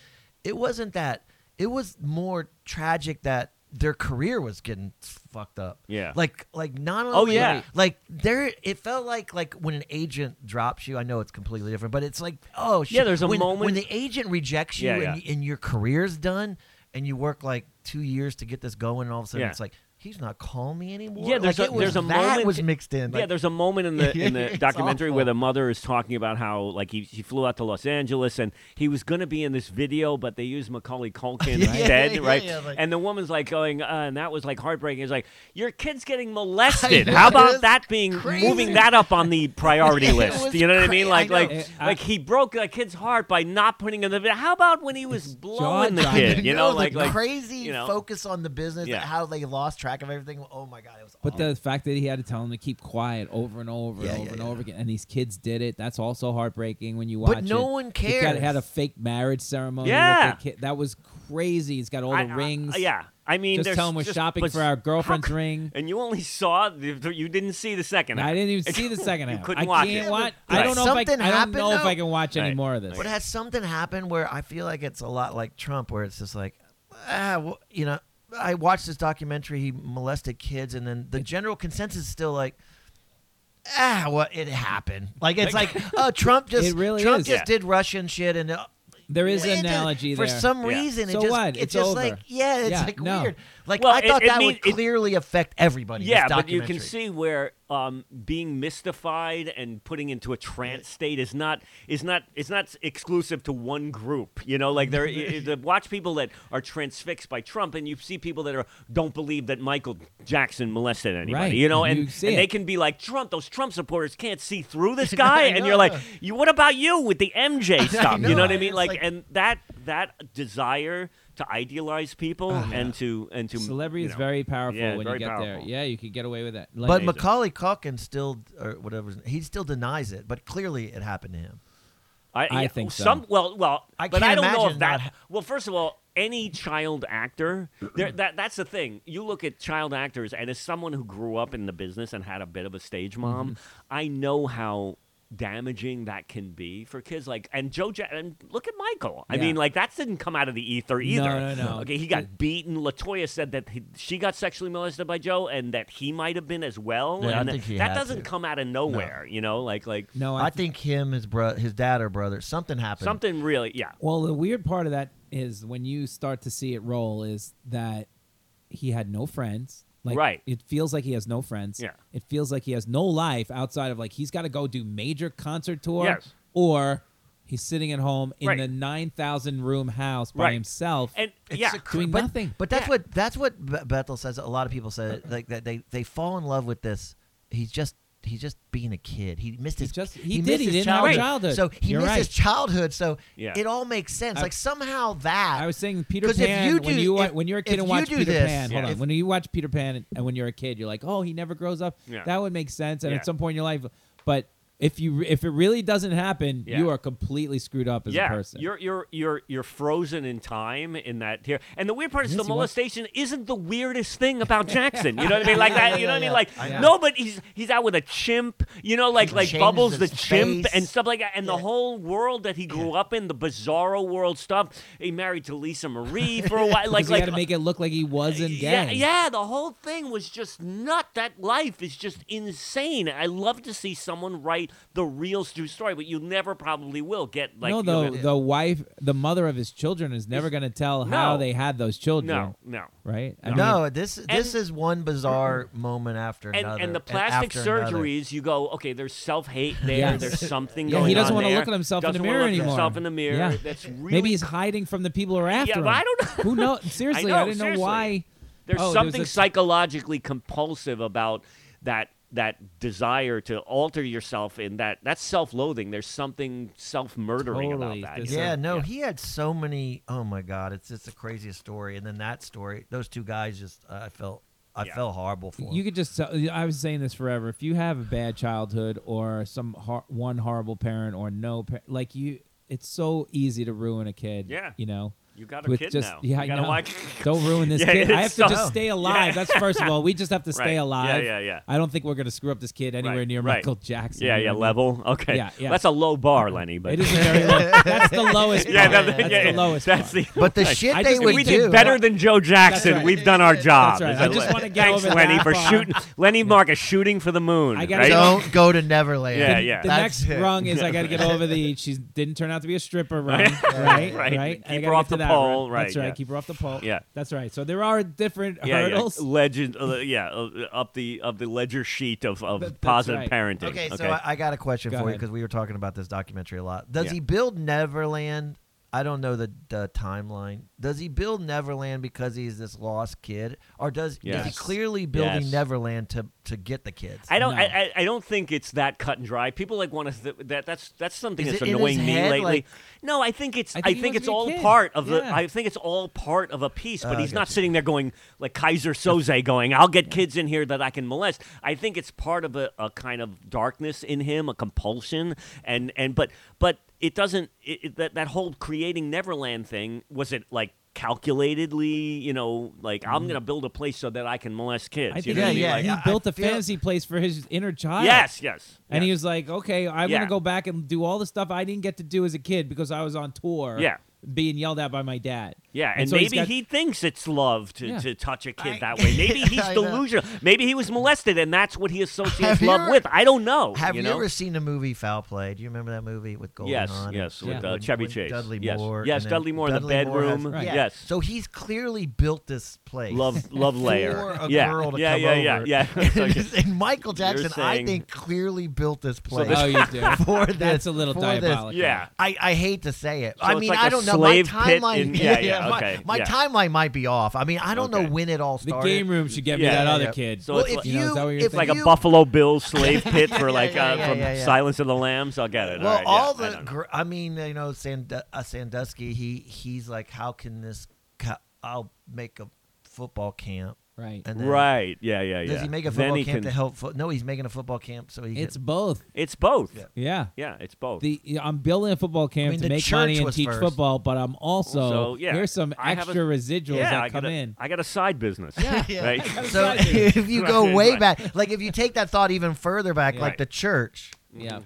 D: it wasn't that. It was more tragic that their career was getting fucked up.
C: Yeah.
D: Like like not only.
C: Oh, yeah.
D: Like there, it felt like like when an agent drops you. I know it's completely different, but it's like oh shit.
C: Yeah, there's a
D: when,
C: moment-
D: when the agent rejects you
C: Yeah,
D: and,
C: yeah.
D: y- and your career's done and you work like two years to get this going and all of a sudden
C: Yeah.
D: it's like he's not calling me anymore.
C: Yeah, there's
D: Like,
C: a,
D: it was,
C: there's a
D: that
C: moment
D: was mixed in.
C: yeah,
D: like,
C: there's a moment in the in the
D: It's
C: documentary
D: awful.
C: where the mother is talking about how like he, he flew out to Los Angeles and he was going to be in this video, but they used Macaulay Culkin
D: Yeah,
C: instead,
D: yeah, yeah,
C: right?
D: yeah, like-
C: and the woman's like going, uh, and that was like heartbreaking. It's like your kid's getting molested.
D: know,
C: How
D: it's
C: about that being
D: crazy.
C: moving that up on the priority
D: It
C: list?
D: was
C: You know what I mean?
D: cra-
C: Like
D: I
C: like
D: know.
B: Eh, I-
C: like he broke a kid's heart by not putting in the video. How about when he was blowing the
B: jaw-dropping.
C: kid? You
D: No,
C: know,
D: the
C: like like
D: crazy
C: you know.
D: focus on the business,
C: Yeah.
D: how they lost track of everything. Oh my god, it was.
B: But
D: awful.
B: the fact that he had to tell him to keep quiet over and over
D: Yeah,
B: and over
D: yeah,
B: and
D: yeah.
B: over again, and these kids did it. That's also heartbreaking when you watch.
D: But no
B: it.
D: one
B: He got,
D: cares.
B: had a fake marriage ceremony. with
C: Yeah.
B: the kid. that was crazy. He's got all the
C: I- I-
B: rings.
C: yeah. I mean,
B: just
C: there's
B: tell him we're
C: just
B: shopping
C: bas-
B: for our girlfriend's
C: How c-
B: ring.
C: And you only saw the, you didn't see the second.
B: And I
C: half.
B: didn't even see the second
C: you
B: half.
C: couldn't
B: I
C: watch
B: can't
C: it.
B: watch. I
D: Right.
B: don't know if I,
D: Something
B: I don't
D: happened,
B: know if
D: though?
B: I can watch any
C: Right.
B: more of this.
D: But has something happened where I feel like it's a lot like Trump, where it's just like, ah, well, you know, I watched this documentary. He molested kids, and then the general consensus is still like, ah, well, it happened. Like it's like, oh, Trump just
B: It really
D: Trump
B: is.
D: just
C: Yeah.
D: did Russian shit, and uh,
B: There is
D: it
B: an
D: just-
B: analogy
D: for
B: there.
D: some
C: Yeah.
D: reason.
B: So
D: it just,
B: what?
D: It's,
B: It's
D: just
B: over.
D: like, yeah, it's
B: Yeah,
D: like
B: no.
D: weird. Like
C: Well,
D: I
C: it-
D: thought
C: it
D: that
C: mean-
D: would
C: it-
D: clearly affect everybody.
C: Yeah,
D: this
C: but you can
D: documentary.
C: see where um, being mystified and putting into a trance state is not is not is not exclusive to one group. You know, like there, you, you watch people that are transfixed by Trump, and you see people that are don't believe that Michael Jackson molested anybody.
B: Right,
C: You know,
B: and
C: and,
B: you see
C: and
B: it.
C: they can be like Trump. Those Trump supporters can't see through this guy, and you're like,
D: know.
C: you. What about you with the MJ stuff? you
D: know,
C: know what I mean?
D: and it's
C: Like,
D: like-
C: and that that desire to idealize people and to and to
B: Celebrity
C: you
B: is
C: know,
B: very powerful
C: yeah,
B: when
C: very
B: you get there.
C: powerful.
B: Yeah, you could get away with that. Like,
D: But
C: Amazing.
D: Macaulay Culkin still, or whatever, his- he still denies it. But clearly, it happened to him.
B: I think so.
C: Some well, well,
D: I
C: but
D: can't
C: I don't know if
D: imagine
C: that.
D: not-
C: Well, first of all, any child actor, there, that that's the thing. You look at child actors, and as someone who grew up in the business and had a bit of a stage mom,
D: Mm-hmm.
C: I know how damaging that can be for kids. Like, and Joe, ja- and look at Michael. I
B: Yeah.
C: mean, like that didn't come out of the ether
B: No,
C: either.
B: no, no.
C: Okay, he got beaten. Latoya said that he, she got sexually molested by Joe, and that he might have been as well.
D: Yeah, I
C: and
D: think he
C: that
D: had
C: doesn't
D: to.
C: come out of nowhere. You know, like like
B: no,
D: I think him, his brother, his dad or brother, something happened.
C: something really, yeah.
B: Well, the weird part of that is when you start to see it roll is that he had no friends. Like,
C: Right.
B: It feels like he has no friends.
C: Yeah.
B: It feels like he has no life outside of like he's got to go do major concert tour.
C: Yes.
B: Or he's sitting at home in
C: Right.
B: the 9,000 room house by
C: Right.
B: himself.
C: And
D: It's
C: yeah,
D: a cr-
B: doing
D: but,
B: nothing.
D: But that's
C: Yeah.
D: what that's what Be- Bethel says. A lot of people say like that they they fall in love with this. He's just he's just being a kid. He missed his
B: just- he did,
D: missed
B: he
D: his
B: didn't have a
D: childhood.
B: childhood.
D: So he
B: You're
D: missed his
B: right.
D: childhood. So
C: Yeah.
D: it all makes sense.
B: I-
D: like somehow that
B: I was saying Peter
D: 'Cause if
B: Pan.
D: you
B: when
D: do-
B: you wa-
D: if-
B: when you're a kid
D: if
B: and
D: you
B: watch
D: do
B: Peter
D: this-
B: Pan, hold
C: Yeah.
B: on.
D: if-
B: when you watch Peter Pan and, and when you're a kid, you're like, oh, he never grows up.
C: Yeah.
B: That would make sense. And
C: Yeah.
B: at some point in your life, but if you re- if it really doesn't happen,
C: Yeah.
B: you are completely screwed up as
C: yeah,
B: a person.
C: you're you're you're you're frozen in time in that here. And the weird part is
B: Yes,
C: the
B: he was.
C: molestation isn't the weirdest thing about Jackson. You know what I mean? Like that. You know what I mean? Like
D: Yeah.
C: no, but he's he's out with a chimp. You know, like like
D: changed
C: Bubbles the
D: his
C: chimp
D: face.
C: and stuff like that. And the whole world that he grew up in, the bizarro world stuff. He married to Lisa Marie for a while.
B: like,
C: Like
B: you
C: like
B: got to make it look like he wasn't gay.
C: Yeah, yeah, the whole thing was just nut. That life is just insane. I love to see someone write the real true story, but you never probably will get like
B: no,
C: you
B: the
C: know,
B: the wife, the mother of his children, is never going to tell how
C: No.
B: they had those children.
C: no, no.
B: right? I mean,
D: no, this this is one bizarre moment after
C: and,
D: another,
C: and the plastic
D: after
C: surgeries,
D: another.
C: you go, okay, there's self hate there.
B: Yes.
C: There's something
B: Yeah,
C: going
B: he doesn't
C: on
B: wanna
C: there.
B: look at himself in the
C: doesn't wanna
B: mirror
C: look at himself
B: anymore.
C: in the mirror.
B: Yeah.
C: That's really
B: maybe he's hiding from the people who are
C: Yeah,
B: after him.
C: but I don't know.
B: Who knows? Seriously, I,
C: know,
B: didn't know
C: seriously.
B: why.
C: There's
B: Oh, there was
C: something
B: a-
C: psychologically compulsive about that that desire to alter yourself in that that's self-loathing. There's something self-murdering
B: Totally.
C: about that.
B: There's
C: you know?
D: Yeah, no, he had so many. Oh my God, it's just the craziest story. And then that story, those two guys just, I felt, I
C: Yeah.
D: felt horrible for.
B: You
D: him.
B: could just tell, I was saying this forever. If you have a bad childhood or some hor- one horrible parent or no par- like you it's so easy to ruin a kid.
C: Yeah.
B: You know.
C: You got a
B: With
C: kid
B: just
C: now.
B: yeah,
C: You
B: I
C: gotta
B: know.
C: like-
B: don't ruin this
C: Yeah,
B: kid. I have
C: it's
B: to just
C: so-
B: stay alive. That's first of all. We just have to
C: Right.
B: stay
C: Yeah,
B: alive.
C: yeah, yeah.
B: I don't think we're gonna screw up this kid anywhere
C: Right,
B: near
C: right.
B: Michael Jackson.
C: Yeah,
B: you
C: yeah,
B: know what I mean?
C: level. Okay.
B: Yeah, yeah.
C: That's a low bar, Lenny, but
B: It is a very low. That's the lowest.
C: yeah,
B: bar.
C: that-
B: that's
C: yeah,
B: the lowest.
C: That's
B: bar.
C: the
D: but the shit
B: I
D: they
B: just-
D: would
C: we
D: do.
C: did better than Joe Jackson.
B: right.
C: We've done our job.
B: right.
C: Is
B: I
C: that-
B: just wanna get
C: Thanks,
B: over
C: Lenny,
B: that
C: for
B: bar.
C: shooting. Lenny Mark is shooting for the moon.
B: I gotta
C: right?
B: go
D: Don't go to Neverland.
C: Yeah, yeah.
B: The
D: That's
B: next
D: it.
B: rung is I got to get over the. She didn't turn out to be a stripper rung, right? Right.
C: Right.
B: I
C: Keep
B: gotta
C: her off
B: get to
C: the
B: that
C: pole,
B: route.
C: right,
B: That's right.
C: yeah.
B: Keep her off the pole.
C: Yeah.
B: That's right. So there are different
C: yeah, yeah.
B: hurdles.
C: legend. Uh, yeah, uh, up the of the ledger sheet of, of
B: That- that's
C: positive
B: right.
C: parenting.
D: Okay, so I, I got a question
B: Go
D: for you
B: ahead.
D: because we were talking about this documentary a lot. Does
C: Yeah.
D: he build Neverland? I don't know the, the timeline. Does he build Neverland because he's this lost kid, or does is
C: Yes.
D: he clearly building
C: Yes.
D: Neverland to to get the kids?
C: I don't.
B: No.
C: I, I- I don't think it's that cut and dry. People like want to. Th- that that's that's something
D: Is
C: that's
D: it in
C: annoying
D: his
C: me
D: head,
C: lately.
D: like-
C: no, I think it's.
B: I
C: I
B: think
C: think,
B: he wants
C: it's
B: to be a
C: all
B: kid.
C: part of the.
B: Yeah.
C: I think it's all part of a piece. But
D: Uh,
C: he's not
D: gotcha.
C: sitting there going like Kaiser Soze, going, "I'll get kids in here that I can molest." I think it's part of a, a kind of darkness in him, a compulsion, and and but but it doesn't. It, it- that that whole creating Neverland thing was it like calculatedly you know like i'm gonna build a place so that i can molest kids
B: I
C: you
B: think
C: know what I
B: he,
C: mean?
D: yeah,
C: Like,
B: he
D: yeah, I
B: built a
D: feel-
B: fantasy place for his inner child.
C: yes yes
B: And
C: yes.
B: he was like, okay, I want
C: Yeah.
B: to go back and do all the stuff I didn't get to do as a kid because I was on tour.
C: Yeah.
B: Being yelled at by my dad.
C: Yeah, and,
B: so he's
C: maybe
B: got-
C: he thinks it's love to,
B: Yeah.
C: to touch a kid
D: I-
C: that way. Maybe he's
D: I know.
C: delusional. Maybe he was molested, and that's what he associates
D: Have you
C: love
D: ever-
C: with. I don't know.
D: Have you,
C: you, know?
D: ever seen the movie Foul Play? Do you remember that movie with Goldie
C: Yes,
D: Hawn? and-
C: yes, with,
B: Yeah.
C: uh,
D: when-
C: Chevy
D: when
C: Chase.
D: Dudley
C: Yes.
D: Moore.
C: Yes,
D: and then
C: Dudley Moore in the
D: Dudley Moore has-
C: bedroom.
B: Right.
C: Yes.
D: So he's clearly built this place.
C: love love
D: for
C: layer?
D: a
C: yeah.
D: girl to
C: yeah,
D: come
C: yeah,
D: over.
C: yeah, yeah, So, yeah.
D: and Michael Jackson, I
C: saying-
D: think, clearly built this place.
B: Oh, you do.
D: for this,
B: That's a little
D: for this.
B: diabolical.
C: Yeah.
D: I, I hate to say it.
C: So
D: I
C: it's
D: mean,
C: like
D: I
C: a
D: don't know. My
C: slave pit
D: timeline,
C: in- yeah, yeah,
D: my-
C: okay,
D: my,
C: yeah.
D: timeline might be off. I mean, I don't
C: Okay.
D: know when it all
B: The
D: started.
B: game room should get me
C: Yeah,
B: that
C: yeah,
B: other
D: yeah.
B: kid.
C: So
D: well,
C: it's
D: if
C: like-
B: You know, is
D: you,
B: that what you're
D: if
C: It's like
D: you-
C: a Buffalo Bill slave pit for
D: Yeah,
C: like
D: yeah,
C: uh,
D: yeah,
C: from
D: yeah, yeah.
C: Silence of the Lambs. I'll get it.
D: Well,
C: right, yeah,
D: all
C: I
D: the
C: don't know.
D: gr- I mean, you know, Sand, uh, Sandusky. He he's like, how can this? Co- I'll make a football camp.
B: Right.
D: And then,
C: right. Yeah, yeah, yeah.
D: Does he make a
C: Then
D: football
C: he
D: camp
C: can-
D: to help? Fo- no, he's making a football camp so he.
B: It's
D: can,
B: both.
C: It's both.
D: Yeah.
B: Yeah.
C: Yeah, it's both.
B: The yeah, I'm building a football camp
D: I mean,
B: to
D: the
B: make
D: church
B: money and
D: was
B: teach
D: first.
B: football, but I'm also
C: So, yeah,
B: here's some
C: I have a-
B: extra residuals
C: yeah,
B: that
C: I
B: come
C: got a-
B: in.
C: I got a side business.
D: Yeah.
C: Right?
D: so if you go
C: Right,
D: way
C: right.
D: back, like if you take that thought even further back,
B: Yeah.
D: like the church,
C: Mm-hmm.
B: yeah.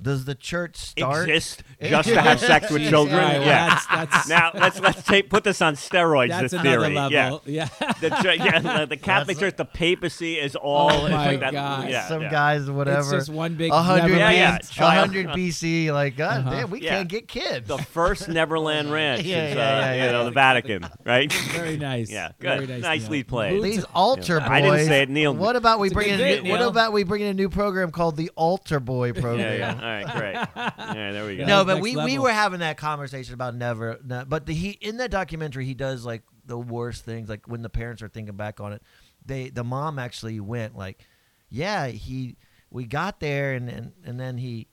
D: does the church start?
C: exist just to have sex with children.
B: All right, well,
C: yeah.
B: That's, that's,
C: now let's let's take put this on steroids. this
B: that's another
C: theory.
B: level.
C: Yeah.
B: yeah.
C: The, chur- yeah, the Catholic Church, the papacy is all
B: Oh
C: it's
B: my
C: like that.
B: God.
C: Yeah,
D: Some
C: yeah.
D: guys, whatever.
B: just one big
D: 100
B: Neverland.
C: Yeah, yeah,
D: BC,
C: child.
D: 100 BC. Like, God
B: Uh-huh.
D: damn, we
C: Yeah.
D: can't get kids.
C: The first Neverland Ranch
D: Yeah,
C: is,
D: yeah, yeah,
C: uh,
D: yeah,
C: you know,
D: yeah.
C: the Vatican, right?
B: Very nice.
C: Yeah,
B: Very
C: good.
B: nice,
C: Nicely
B: Neil.
C: played.
B: Who's-
D: These altar boys.
C: I didn't say it, Neil.
D: What about we
B: It's a
D: bring
B: good
D: in?
B: bit,
D: what
B: Neil.
D: about we bring in a new program called the Altar Boy program?
C: yeah, yeah. All right, great. All right, there we go.
B: Yeah.
D: No, but
B: Next
D: we, we
B: level.
D: were having that conversation about never. no- but the, he in that documentary, he does like the worst things. Like when the parents are thinking back on it, they the mom actually went like, "Yeah, he we got there and and, and then he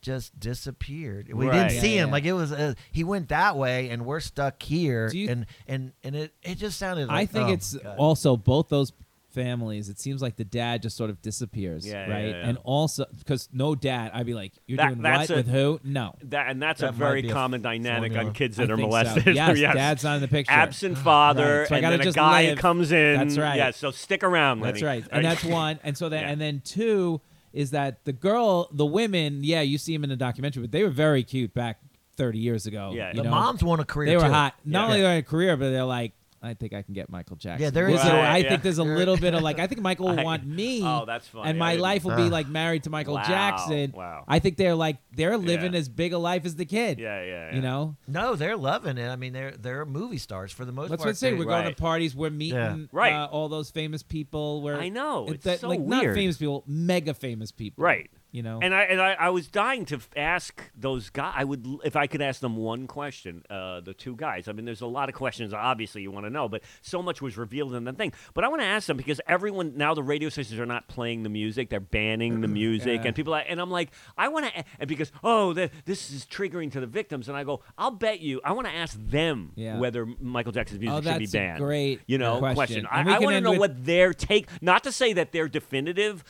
D: just disappeared. We
C: Right.
D: didn't see
B: Yeah,
D: him.
B: yeah.
D: Like it was uh, he went that way and we're stuck here.
B: Do you-
D: and and and it it just sounded.
B: I
D: like,
B: think
D: oh,
B: it's
D: God.
B: also both those families. It seems like the dad just sort of disappears,
C: Yeah, yeah,
B: right?
C: yeah, yeah.
B: And also because no dad, I'd be like, you're
C: That-
B: doing
C: that's
B: what with
C: a-
B: who? No.
C: That, and that's a
D: That might
C: very
D: be a
C: common dynamic
D: formula.
C: on kids
B: I
C: that are
B: think so.
C: molested.
B: Yes, dad's not in the picture.
C: Absent father,
B: Right, so I
C: and
B: gotta
C: then a
B: just
C: guy
B: live.
C: comes in.
B: That's right.
C: Yeah, so stick around, Lenny.
B: That's right. And that's one. And so that
C: Yeah.
B: and then two is that the girl, the women, yeah, you see them in the documentary, but they were very cute back 30 years ago.
C: Yeah.
B: you
D: the
B: know?
D: moms want a career.
B: They were
D: too.
B: hot. Not
C: Yeah.
B: only are they in a career, but they're like, I think I can get Michael Jackson.
D: Yeah, there
B: There's
C: is
B: a-
C: a-
B: I
C: yeah.
B: think there's a
D: There-
B: little bit of like, I think Michael will
C: I-
B: want me.
C: Oh, that's funny.
B: And
C: I
B: my
C: didn't-
B: life will be
D: Ah.
B: like married to Michael
C: Wow,
B: Jackson.
C: wow.
B: I think they're like they're living
C: Yeah.
B: as big a life as the kid.
C: Yeah, yeah, yeah.
B: You know,
D: No, they're loving it. I mean, they're they're movie stars for the most
B: that's
D: part.
B: what I'm saying.
D: They-
B: We're going
C: Right.
B: to parties. We're meeting
D: Yeah.
C: Right.
B: uh, all those famous people. We're
C: I know,
B: and
C: it's
B: that-
C: so
B: like not
C: weird.
B: famous people, mega famous people.
C: Right.
B: You know.
C: And I and I, I was dying to f- ask those guys. I would l- if I could ask them one question. Uh, the two guys. I mean, there's a lot of questions. Obviously, you want to know, but so much was revealed in the thing. But I want to ask them because everyone now the radio stations are not playing the music. They're banning the music,
B: Yeah.
C: and people. Are, and I'm like, I want to, and because oh, th- this is triggering to the victims. And I go, I'll bet you. I want to ask them
B: Yeah.
C: whether Michael Jackson's music
B: Oh,
C: should be
B: that's a
C: banned.
B: great
C: you know
B: question.
C: I,
B: And we
C: I
B: can
C: want to
B: end
C: know
B: with-
C: what their take. Not to say that they're definitive,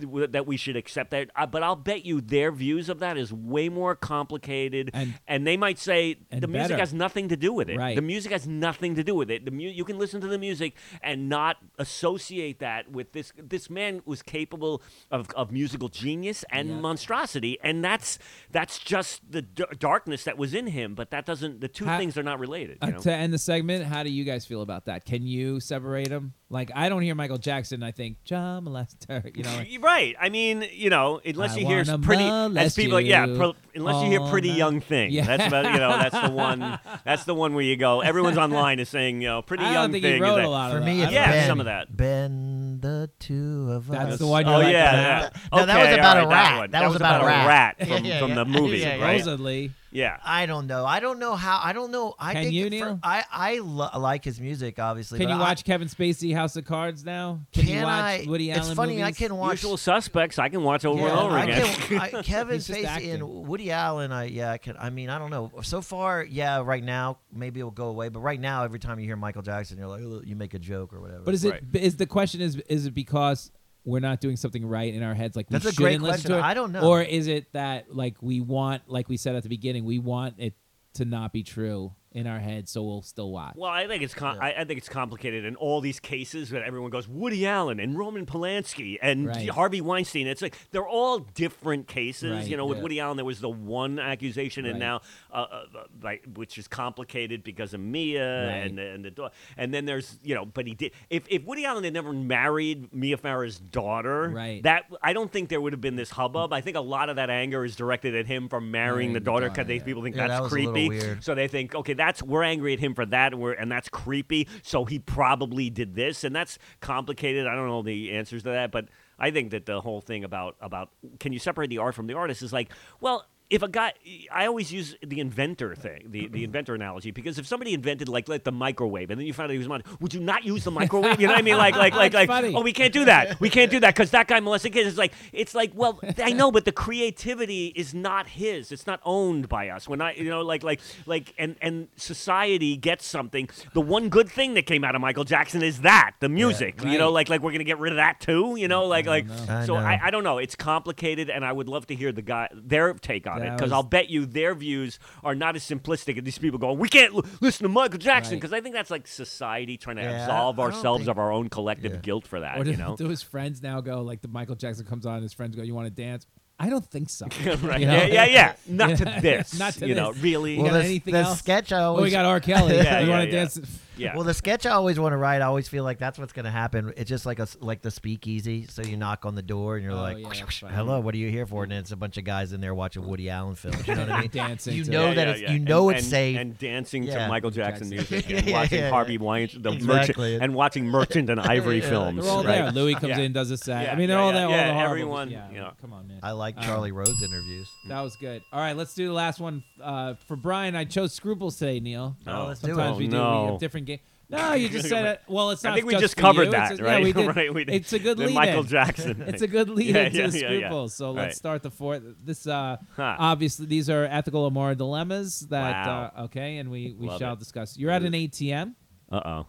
C: w- that we should accept that. uh, But I'll bet you their views of that is way more complicated,
B: And-
C: they might say
B: and
C: the music
B: better.
C: has nothing to do with it.
B: Right.
C: The music has nothing to do with it. The mu- you can listen to the music and not associate that with this. This man was capable of, of musical genius and
B: Yeah.
C: monstrosity, and that's that's just the d- darkness that was in him. But that doesn't. The two
B: Ha-
C: things are not related.
B: Uh,
C: you know?
B: to end the segment, how do you guys feel about that? Can you separate them? Like I don't hear Michael Jackson. and I think child molester. You know, like,
C: You're right. I mean, you know, unless
B: I
C: you hear
B: wanna
C: pretty, as
B: molest
C: people, yeah,
B: you
C: pro, unless you hear
B: all
C: pretty
B: night.
C: young thing.
B: Yeah.
C: That's about, you know, that's the one. That's the one where you go. Everyone's online is saying, you know, pretty
B: I
C: young
B: don't think
C: thing.
B: he
C: is
B: wrote
C: that-
B: a lot
D: For
B: of
D: me,
B: that.
D: it's
B: I
C: Yeah,
B: don't-
D: Ben.
C: some of that.
D: Ben, the two of us.
B: That's the one. You're
C: Oh
B: like,
C: yeah,
B: "Ah,
C: yeah.
D: No, that was
C: Okay,
D: about
C: all
D: a
C: right,
D: rat.
C: one.
D: That was
C: about,
D: about a
C: rat,
D: rat.
C: from,
D: Yeah, yeah,
C: from
D: yeah.
C: the movie,
D: Yeah, yeah.
C: right?
B: Supposedly,
C: Yeah.
D: Oh, I don't know. I don't know how. I don't know. I
B: Can
D: think
B: you,
D: it- for-
B: Neil?
D: I I lo- like his music, obviously.
B: can
D: but
B: you
D: I-
B: watch Kevin Spacey House of Cards now? Can,
D: Can,
B: you watch
D: I,
B: Woody Allen
D: It's funny.
B: movies?
D: I can watch.
C: Usual suspects. I can watch over
D: yeah,
C: and over
D: I
C: again.
D: can- I- Kevin
B: He's just
D: Spacey and
B: acting.
D: Woody Allen. I yeah. I can. I mean, I don't know. So far, yeah. Right now, maybe it'll go away. But right now, every time you hear Michael Jackson, you're like, "Ugh," you make a joke or whatever.
B: But is it is
C: Right.
B: the question is is it because we're not doing something right in our heads like
D: That's
B: we
D: a great
B: shouldn't listen
D: question.
B: to it?
D: I don't know.
B: Or is it that like we want like we said at the beginning we want it to not be true in our heads so we'll still watch.
C: Well, I think it's com-
D: Yeah.
C: I, I think it's complicated in all these cases where everyone goes Woody Allen and Roman Polanski and
B: Right.
C: Harvey Weinstein. It's like they're all different cases.
B: Right,
C: You know, with
B: yeah.
C: Woody Allen there was the one accusation, and
B: Right.
C: now uh, uh, uh, like which is complicated because of Mia and
B: Right.
C: and the daughter. And then there's you know, but he did. If if Woody Allen had never married Mia Farrow's daughter,
B: Right.
C: That I don't think there would have been this hubbub. I think a lot of that anger is directed at him for marrying the daughter because
B: daughter, yeah.
C: people think
D: Yeah,
C: that's
D: that was a little
C: creepy.
D: weird.
C: So they think, okay, that's we're angry at him for that, and we're and that's creepy. So he probably did this, and that's complicated. I don't know the answers to that, but I think that the whole thing about about can you separate the art from the artist is like, well. If a guy, I always use the inventor thing, the, the inventor analogy, because if somebody invented like like the microwave, and then you found out he was on, would you not use the microwave? You know what I mean? Like like like
B: That's
C: like,
B: funny.
C: oh, we can't do that. We can't do that because that guy molested kids. It's like it's like well, I know, but the creativity is not his. It's not owned by us. We're not, you know, like like like, and and society gets something. The one good thing that came out of Michael Jackson is that the music. You know,
B: right.
C: like like we're gonna get rid of that too. You know, like like
D: know.
C: so
D: I know.
C: I, I don't know. It's complicated, and I would love to hear the guy their take on it it
B: That
C: because
B: was-
C: I'll bet you their views are not as simplistic as these people going. We can't l- listen to Michael Jackson
B: Right.
C: because I think that's like society trying to
D: Yeah, I-
C: absolve
D: I don't
C: ourselves
D: think-
C: of our own collective
D: Yeah.
C: guilt for that.
B: or do,
C: you know.
B: do his friends now go like the Michael Jackson comes on and his friends go you want to dance? I don't think so.
C: right.
B: You know?
C: Yeah, yeah, yeah. Not to
B: Yeah.
C: this.
B: Not to
C: you know,
B: this.
C: really.
B: Well, got
D: the,
B: anything
D: the
B: else?
D: sketch I always
B: Oh, we got R. Kelly.
C: Yeah,
B: you
C: yeah,
B: want to
C: yeah.
B: dance?
C: yeah.
D: Well, the sketch I always want to write, I always feel like that's what's going to happen. It's just like a s- like the speakeasy. So you knock on the door and you're
B: Oh,
D: like,
B: yeah, that's funny.
D: "Hello, what are you here for?" And it's a bunch of guys in there watching Woody Allen films. You know what I mean?
B: Dancing
D: You
B: to
D: know
B: it.
D: that it's, you know
C: and,
D: it's
C: and,
D: safe.
C: And dancing to
D: Yeah.
C: Michael Jackson,
B: Jackson.
C: music
D: Yeah,
C: and
D: yeah,
C: watching
D: yeah.
C: Harvey Weinstein, the
D: Exactly.
C: merchant, and watching Merchant and Ivory
D: Yeah,
C: films.
B: They're all
C: right?
B: there. Louis comes
C: Yeah.
B: in, does this set.
C: Yeah,
B: I mean, they're
C: yeah,
B: all
C: yeah,
B: there. all
C: yeah,
B: the horrible-
C: everyone,
B: Yeah,
C: you know.
B: come on, man.
D: I like
B: Um,
D: Charlie Rose interviews.
B: That was good. All right, let's do the last one. Uh, for Brian, I chose scruples today, Neil.
C: Oh,
D: let's do it.
B: Sometimes
C: Oh,
B: we do. We
C: no.
B: have different game. No, you just said it. Well, it's not.
C: I think we just
B: for
C: covered
B: you.
C: that,
B: It's a-
C: right?
B: Yeah, we did.
C: right? We did.
B: It's a good
C: the
B: lead.
C: Michael
B: in.
C: Jackson.
B: It's a
C: thing.
B: good lead
C: Yeah,
B: into
C: yeah, yeah, yeah.
B: scruples. So
C: Right.
B: let's start the fourth. This uh,
C: Huh.
B: obviously these are ethical or moral dilemmas that
C: Wow.
B: uh, okay, and we we
C: Love
B: shall
C: it.
B: discuss. You're at an ATM.
C: Uh oh.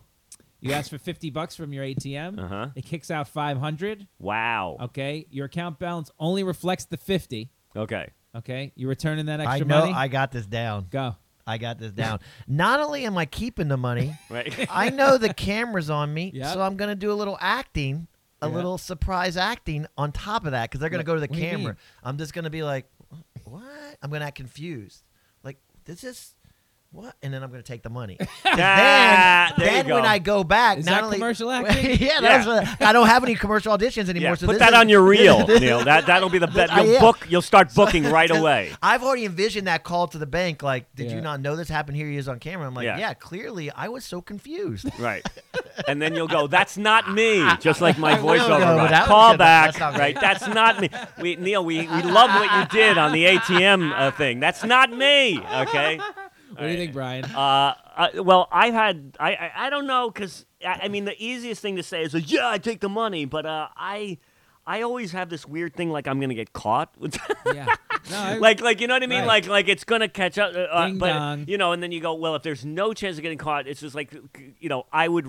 B: You ask for fifty bucks from your ATM.
C: Uh-huh.
B: It kicks out five hundred.
C: Wow.
B: Okay, your account balance only reflects the fifty.
C: Okay.
B: Okay, you returning that
D: I
B: extra
D: know.
B: money?
D: I got this down.
B: Go.
D: I got this down. Not only am I keeping the money,
C: Right.
D: I know the camera's on me,
B: Yep.
D: so I'm going to do a little acting, a
B: Yeah.
D: little surprise acting on top of that because they're going to go to the
B: What do you
D: camera.
B: mean?
D: I'm just going to be like, what? I'm going to act confused. Like, this is what? And then I'm going to take the money. 'Cause
C: Ah,
D: then
C: there you
D: then
C: go.
D: when I go back,
B: Is
D: not
B: that
D: only
B: commercial acting?
D: yeah,
C: Yeah.
D: that's what- I don't have any commercial auditions anymore.
C: Yeah,
D: so
C: put
D: this
C: that
D: is-
C: on your reel, Neil. That that'll be the best.
D: I
C: You'll
D: am.
C: book. You'll start booking right away.
D: I've already envisioned that call to the bank. Like, did
B: Yeah.
D: you not know this happened? Here he is on camera. I'm like,
C: Yeah.
D: yeah clearly, I was so confused.
C: Right. And then you'll go, that's not me, just like my
D: will go,
C: voiceover.
D: but
C: Right?
D: that
C: Call
D: was-
C: back,
D: that's not me.
C: right? That's not me. We, Neil, we, we love what you did on the ATM uh, thing. That's not me, okay?
B: What do you think, Brian?
C: Uh, uh, well, I've had, I, I, I don't know, because, I, I mean, the easiest thing to say is, yeah, I take the money, but uh, I. I always have this weird thing like I'm gonna get caught.
B: yeah. No, I-
C: like like you know what I mean?
B: Right.
C: Like like it's gonna catch up. uh, Uh,
B: Ding
C: but
B: dong.
C: you know, and then you go, well, if there's no chance of getting caught, it's just like you know, I would,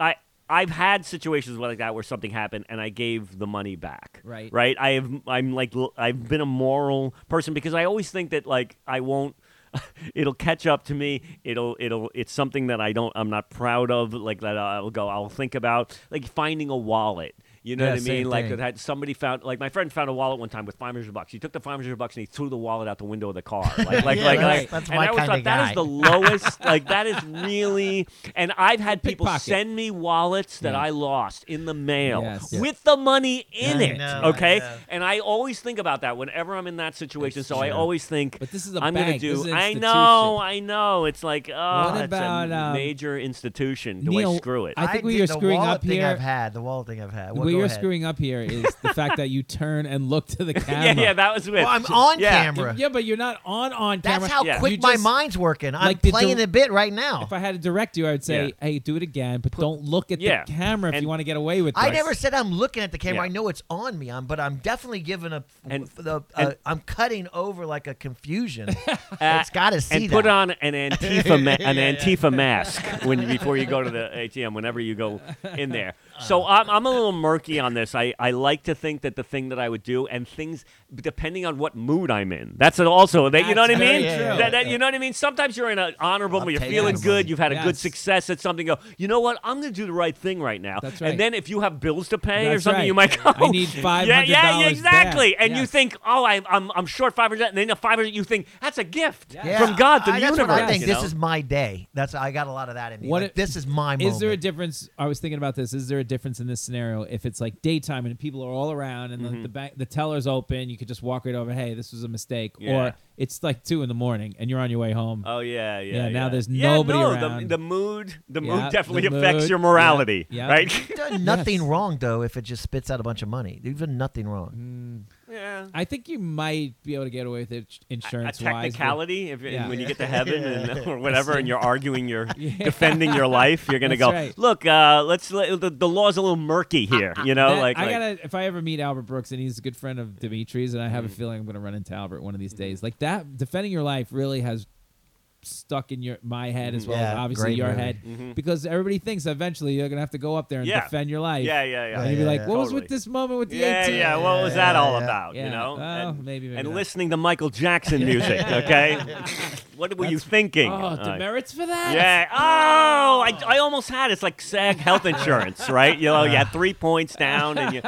C: I. I've had situations like that where something happened and I gave the money back.
B: Right.
C: Right. I have. I'm like. l- I've been a moral person because I always think that like I won't. It'll catch up to me. It'll. It'll. It's something that I don't. I'm not proud of. Like that. I'll go. I'll think about like finding a wallet You know
D: Yeah,
C: what I mean?
D: same
C: Like
D: thing.
C: that somebody found like my friend found a wallet one time with five hundred bucks. He took the five hundred bucks and he threw the wallet out the window of the car. Like like
D: Yeah,
C: like,
D: that's-
C: like-
D: that's
C: and
D: my
C: I always
D: kinda
C: thought that
D: guy.
C: is the lowest like that is really and I've had people
B: Pickpocket.
C: send me wallets that
B: Yeah.
C: I lost in the mail
B: Yes, yeah.
C: with the money in
D: I
C: it.
D: know, I
C: okay?
D: know.
C: And I always think about that whenever I'm in that situation.
B: That's
C: so I
B: true.
C: always think
B: But this is a
C: I'm
B: bank.
C: gonna
B: This is
C: do
B: an
C: I
B: institution.
C: know, I know. It's like oh
B: What
C: it's
B: about,
C: a
B: um,
C: major institution. Do
B: Neil,
C: I screw it?
B: I think
D: we
B: we are screwing
D: the wallet
B: up
D: thing
B: here-
D: I've had the wallet thing I've had. Well,
B: Where
D: go
B: you're
D: ahead.
B: screwing up here is the fact that you turn and look to the camera.
C: yeah, yeah, that was with
D: Well, I'm on
C: yeah.
D: camera.
B: Yeah, but you're not on on camera.
D: That's how
C: Yeah.
D: quick
B: You
D: my
B: just-
D: mind's working. I'm
B: like the
D: playing
B: dir-
D: a bit right now.
B: If I had to direct you, I would say,
C: Yeah.
B: "Hey, do it again, but don't look at
C: Yeah.
B: the camera if
C: And-
B: you want to get away with
D: I
B: this."
D: never said I'm looking at the camera.
C: Yeah.
D: I know it's on me. I'm, but I'm definitely giving a.
C: And-
D: the, uh,
C: and-
D: I'm cutting over like a confusion.
C: Uh,
D: it's got to see
C: and
D: that.
C: put on an Antifa ma- an Antifa mask when before you go to the ATM whenever you go in there. So I'm, I'm a little murky on this. I, I like to think that the thing that I would do and things depending on what mood I'm in. That's an- also that you know what I
B: That's
C: mean.
B: very true.
C: That, that- you know what I mean. Sometimes you're in an honorable,
D: I'm
C: but you're
D: taking
C: feeling
D: the
C: good.
D: money.
C: You've had a good
B: Yes.
C: success at something. Go. You know what? I'm going to do the right thing right now.
B: That's right.
C: And then if you have bills to pay or
B: That's
C: something,
B: right.
C: you might go.
B: I need
C: Yeah, yeah, yeah,
B: $500
C: exactly.
B: back.
C: And you
B: Yes.
C: think, oh, I, I'm I'm short five hundred, and then the five hundred, you think that's a gift
D: Yeah,
C: from God, the
D: I,
C: universe.
D: That's what I think.
C: you
D: This
C: know?
D: is my day. That's I got a lot of that in me.
B: What
D: Like,
B: if-
D: this is my moment.
B: Is there a difference? I was thinking about this. Is there a difference in this scenario if it's like daytime and people are all around and
C: Mm-hmm.
B: the, the bank the teller's open, you could just walk right over. Hey, this was a mistake,
C: Yeah.
B: or it's like two in the morning and you're on your way home.
C: Oh yeah, yeah.
B: Yeah, now there's
C: Yeah,
B: nobody
C: no,
B: around.
C: The, the mood, the
B: Yeah,
C: mood definitely
B: the
C: affects
B: mood.
C: your morality,
B: Yeah, yeah.
C: right?
D: Done nothing wrong though if it just spits out a bunch of money. Even nothing wrong.
C: yeah.
B: I think you might be able to get away with it
C: A
B: insurance wise.
C: technicality, if,
B: Yeah.
C: when you get to heaven and, or whatever, and you're arguing, you're defending your life, you're gonna
B: That's
C: go.
B: right.
C: Look, uh, let's let, the, the law's a little murky here, you know. like,
B: I
C: like-
B: gotta if I ever meet Albert Brooks and he's a good friend of Dimitri's and I
C: Mm-hmm.
B: have a feeling I'm gonna run into Albert one of these days. Like that defending your life really has stuck in your my head
C: Mm-hmm.
B: as well as
D: Yeah,
B: obviously
D: great
B: your
D: movie.
B: head. Because everybody thinks eventually you're gonna have to go up there and
C: Yeah.
B: defend your life.
C: yeah, yeah, yeah.
B: And you'd be
D: Yeah,
B: like,
D: yeah,
B: What was
C: totally.
B: with this moment with the
C: Yeah,
B: 18?
C: yeah. What was that all about?
B: Yeah. Oh,
C: You know,
B: Well,
C: and,
B: maybe, maybe
C: and
B: not.
C: listening to Michael Jackson music. Okay, what were you thinking?
B: Oh,
C: Uh,
B: demerits for that?
C: yeah. Oh, I, I almost had it. It's like SAG health insurance, right? You know, you had three points down, and you,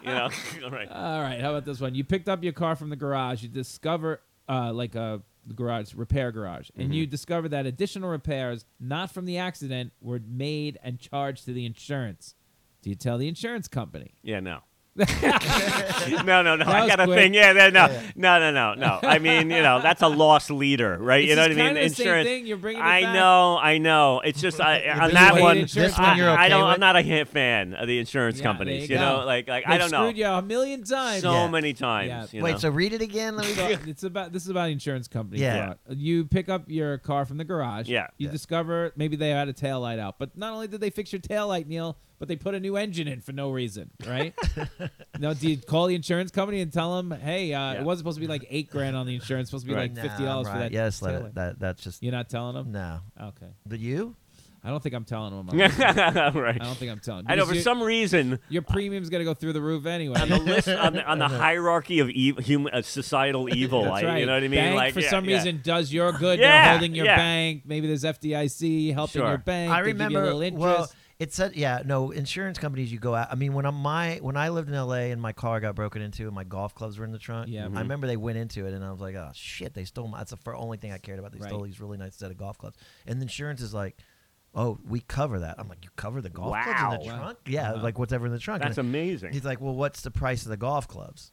C: you know, all right.
B: All right, how about this one? You picked up your car from the garage. You discover, uh, like a garage repair garage, and
C: Mm-hmm.
B: you discover that additional repairs, not from the accident, were made and charged to the insurance. Do you tell the insurance company?
C: Yeah, no. no, no, no. I
B: was
C: got a
B: quick.
C: thing. Yeah, no, no, no, no, no, no. I mean, you know, that's a lost leader, right? you
B: This
C: know
B: is
C: what I mean?
B: kinda the same
C: Insurance.
B: thing. You're bringing it
C: I
B: back.
C: know, I know. It's just I, on
D: busy
C: that
B: with
C: one.
B: insurance
C: I,
D: company. This one you're
C: I don't.
D: okay
C: I'm not a hit fan of the insurance
B: Yeah,
C: companies.
B: there
C: You
B: you
C: know,
B: go.
C: like, like I
B: They've
C: don't know.
B: Screwed you a million times.
C: So
D: Yeah.
C: many times.
B: Yeah.
C: You
D: Wait,
C: know?
D: so read it again. Let me
B: So it's about this is about insurance company.
D: Yeah.
B: fraud. You pick up your car from the garage.
C: Yeah.
B: You
D: Yeah.
B: discover maybe they had a tail light out. But not only did they fix your tail light, Neil, but they put a new engine in for no reason, right? now, do you call the insurance company and tell them, hey, uh,
C: Yeah.
B: it was supposed to be like eight grand on the insurance, supposed to be
C: Right.
B: like fifty dollars
D: nah,
B: for
D: right.
B: that?
D: Yes, let
B: tail
D: it,
B: light?
D: that that's just
B: You're not telling them?
D: no.
C: Mm.
B: Okay.
D: But you?
B: I don't think I'm telling them. I'm-
C: right.
B: I don't think I'm telling.
C: I know.
B: because
C: For
B: your-
C: some reason,
B: your premium's gonna go through the roof anyway.
C: on the list on the, on the hierarchy of ev- human uh, societal evil.
B: That's
C: like,
B: right.
C: You know what I mean?
B: Bank
C: like
B: for
C: yeah,
B: some
C: yeah.
B: reason does your good. You're
C: Yeah,
B: holding your
C: yeah.
B: bank. Maybe there's FDIC helping your
C: Sure.
B: bank.
D: I
B: They give you a
D: remember.
B: little interest.
D: Well, it said yeah. No insurance companies. You go out. I mean, when I'm my when I lived in L.A. and my car got broken into and my golf clubs were in the trunk.
B: Yeah. Mhm.
D: I remember they went into it and I was like, oh shit, they stole my. That's the fir- only thing I cared about. They stole
B: Right.
D: these really nice set of golf clubs. And the insurance is like. Oh, we cover that. I'm like, you cover the golf clubs in the
C: Wow.
D: trunk? Yeah, like whatever in the trunk.
C: That's
D: And
C: amazing.
D: He's like, well, what's the price of the golf clubs?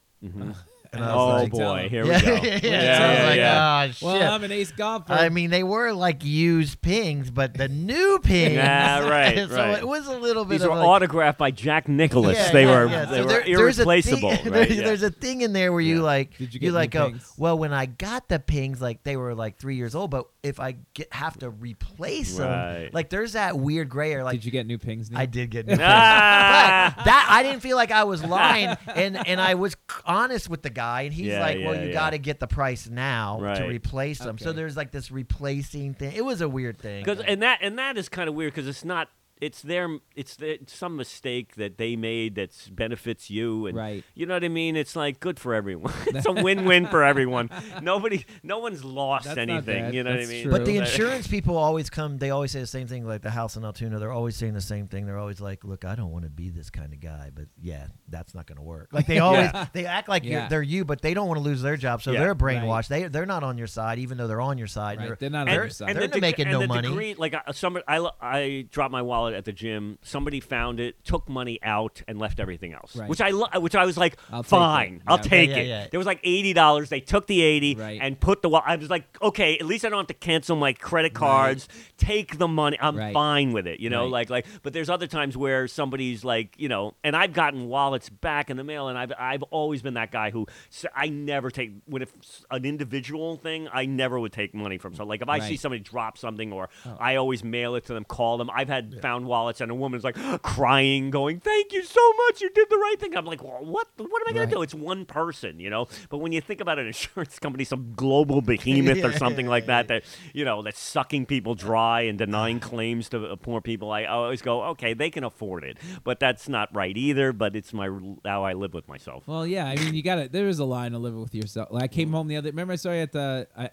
D: And I
C: Oh
D: was like,
B: tell him.
C: boy, here
D: yeah,
C: we go.
D: yeah,
C: Yeah,
D: So I was
C: yeah,
D: like,
C: yeah.
D: "Ah, shit.
B: Well, I'm an ace golfer.
D: I mean, they were like used pings, but the new pings.
C: Yeah, right,
D: so
C: right.
D: it was a little bit.
C: These
D: of
C: were
D: like,
C: autographed by Jack Nicholas.
D: Yeah,
C: they
D: yeah,
C: were
D: yeah. So
C: they were
D: there- there's a thing-
C: irreplaceable. right?
D: there's,
C: yeah.
D: there's a thing in there where you
C: Yeah.
D: like
B: Did you
D: you,
B: get
D: like
B: new
D: go,
B: pings?
D: well, when I got the pings, like they were like three years old, but if I get, have to replace them,
C: Right.
D: like there's that weird gray area. Like
B: did you get new pings? Neil?
D: I did get new pings.
C: Mm. Ah!
D: But that I didn't feel like I was lying, and and I was c- honest with the guy, and he's
C: Yeah,
D: like, "Well,
C: yeah,
D: you
C: yeah.
D: got to get the price now to
C: Right.
D: replace them." So
B: Okay.
D: there's like this replacing thing. It was a weird thing.
C: Cause, and that and that is kind of weird because it's not it's their it's the, some mistake that they made that benefits you and
B: Right.
C: you know what I mean. It's like good for everyone. it's a win-win for everyone. Nobody, no one's lost
B: That's not
C: anything.
B: bad.
C: You know
B: That's
C: what I mean.
B: true.
D: But the
C: That-
D: insurance people always come. They always say the same thing, like the house in Altoona. They're always saying the same thing. They're always like, "Look, I don't want to be this kind of guy, but yeah, that's not going to work." Like they always they act like
B: Yeah.
D: you're, they're you, but they don't want to lose their job, so
C: Yeah.
D: they're brainwashed. They they're not on your side, even though they're on your side.
B: Right,
D: They're,
B: they're not on
C: And-
B: your
D: they're,
B: side.
C: and
D: they're
C: the deg-
D: making
C: and
D: no
C: the
D: money.
C: degree- like uh, somebody, I, lo- I dropped my wallet at the gym. Somebody found it, took money out, and left everything else.
B: Right.
C: Which I, lo- which I was like,
B: I'll take
C: fine,
B: it.
C: I'll
B: Yeah.
C: take
D: Yeah,
C: it.
D: yeah, yeah.
C: There was like eighty dollars. They took the eighty
B: Right.
C: and put the. Wa- I was like, okay, at least I don't have to cancel my credit cards. Take the money. I'm
B: Right.
C: fine with it. You know,
B: Right.
C: like like. But there's other times where somebody's like, you know, and I've gotten wallets back in the mail, and I've I've always been that guy who s- I never take when if s- an individual thing, I never would take money from. So like if I see
B: Right. Oh.
C: somebody drop something or I always mail it to them, call them. I've had found wallets and a woman's like crying, going, "Thank you so much, you did the right thing." I'm like, well, "What? What am I gonna
B: Right.
C: do?" It's one person, you know. But when you think about an insurance company, some global behemoth or something like that, that you know that's sucking people dry and denying claims to uh, poor people, I always go, "Okay, they can afford it," but that's not right either. But it's my how I live with myself.
B: Well, yeah. I mean, you got to There is a line to live with yourself. Like I
C: Mm.
B: came home the other. Remember, I saw you at the I,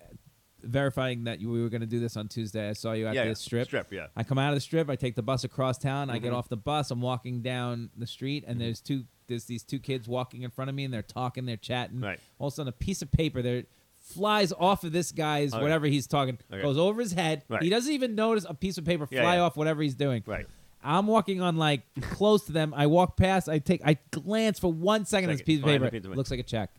B: verifying that you, we were going to do this on Tuesday. I saw you at
C: Yeah, yeah.
B: the strip.
C: Strip, yeah.
B: I come out of the strip. I take the bus across town. I get
C: Mm-hmm.
B: off the bus. I'm walking down the street, and there's two. There's these two kids walking in front of me, and they're talking. They're chatting.
C: Right.
B: All of a sudden, a piece of paper there flies off of this guy's
C: Okay.
B: whatever he's talking
C: Okay.
B: goes over his head.
C: Right.
B: He doesn't even notice a piece of paper fly
C: Yeah, yeah.
B: off whatever he's doing.
C: Right.
B: I'm walking on like close to them. I walk past. I take. I glance for one second at this
C: Second.
B: piece of
C: Find the
B: paper.
C: piece of paper.
B: Looks like a check.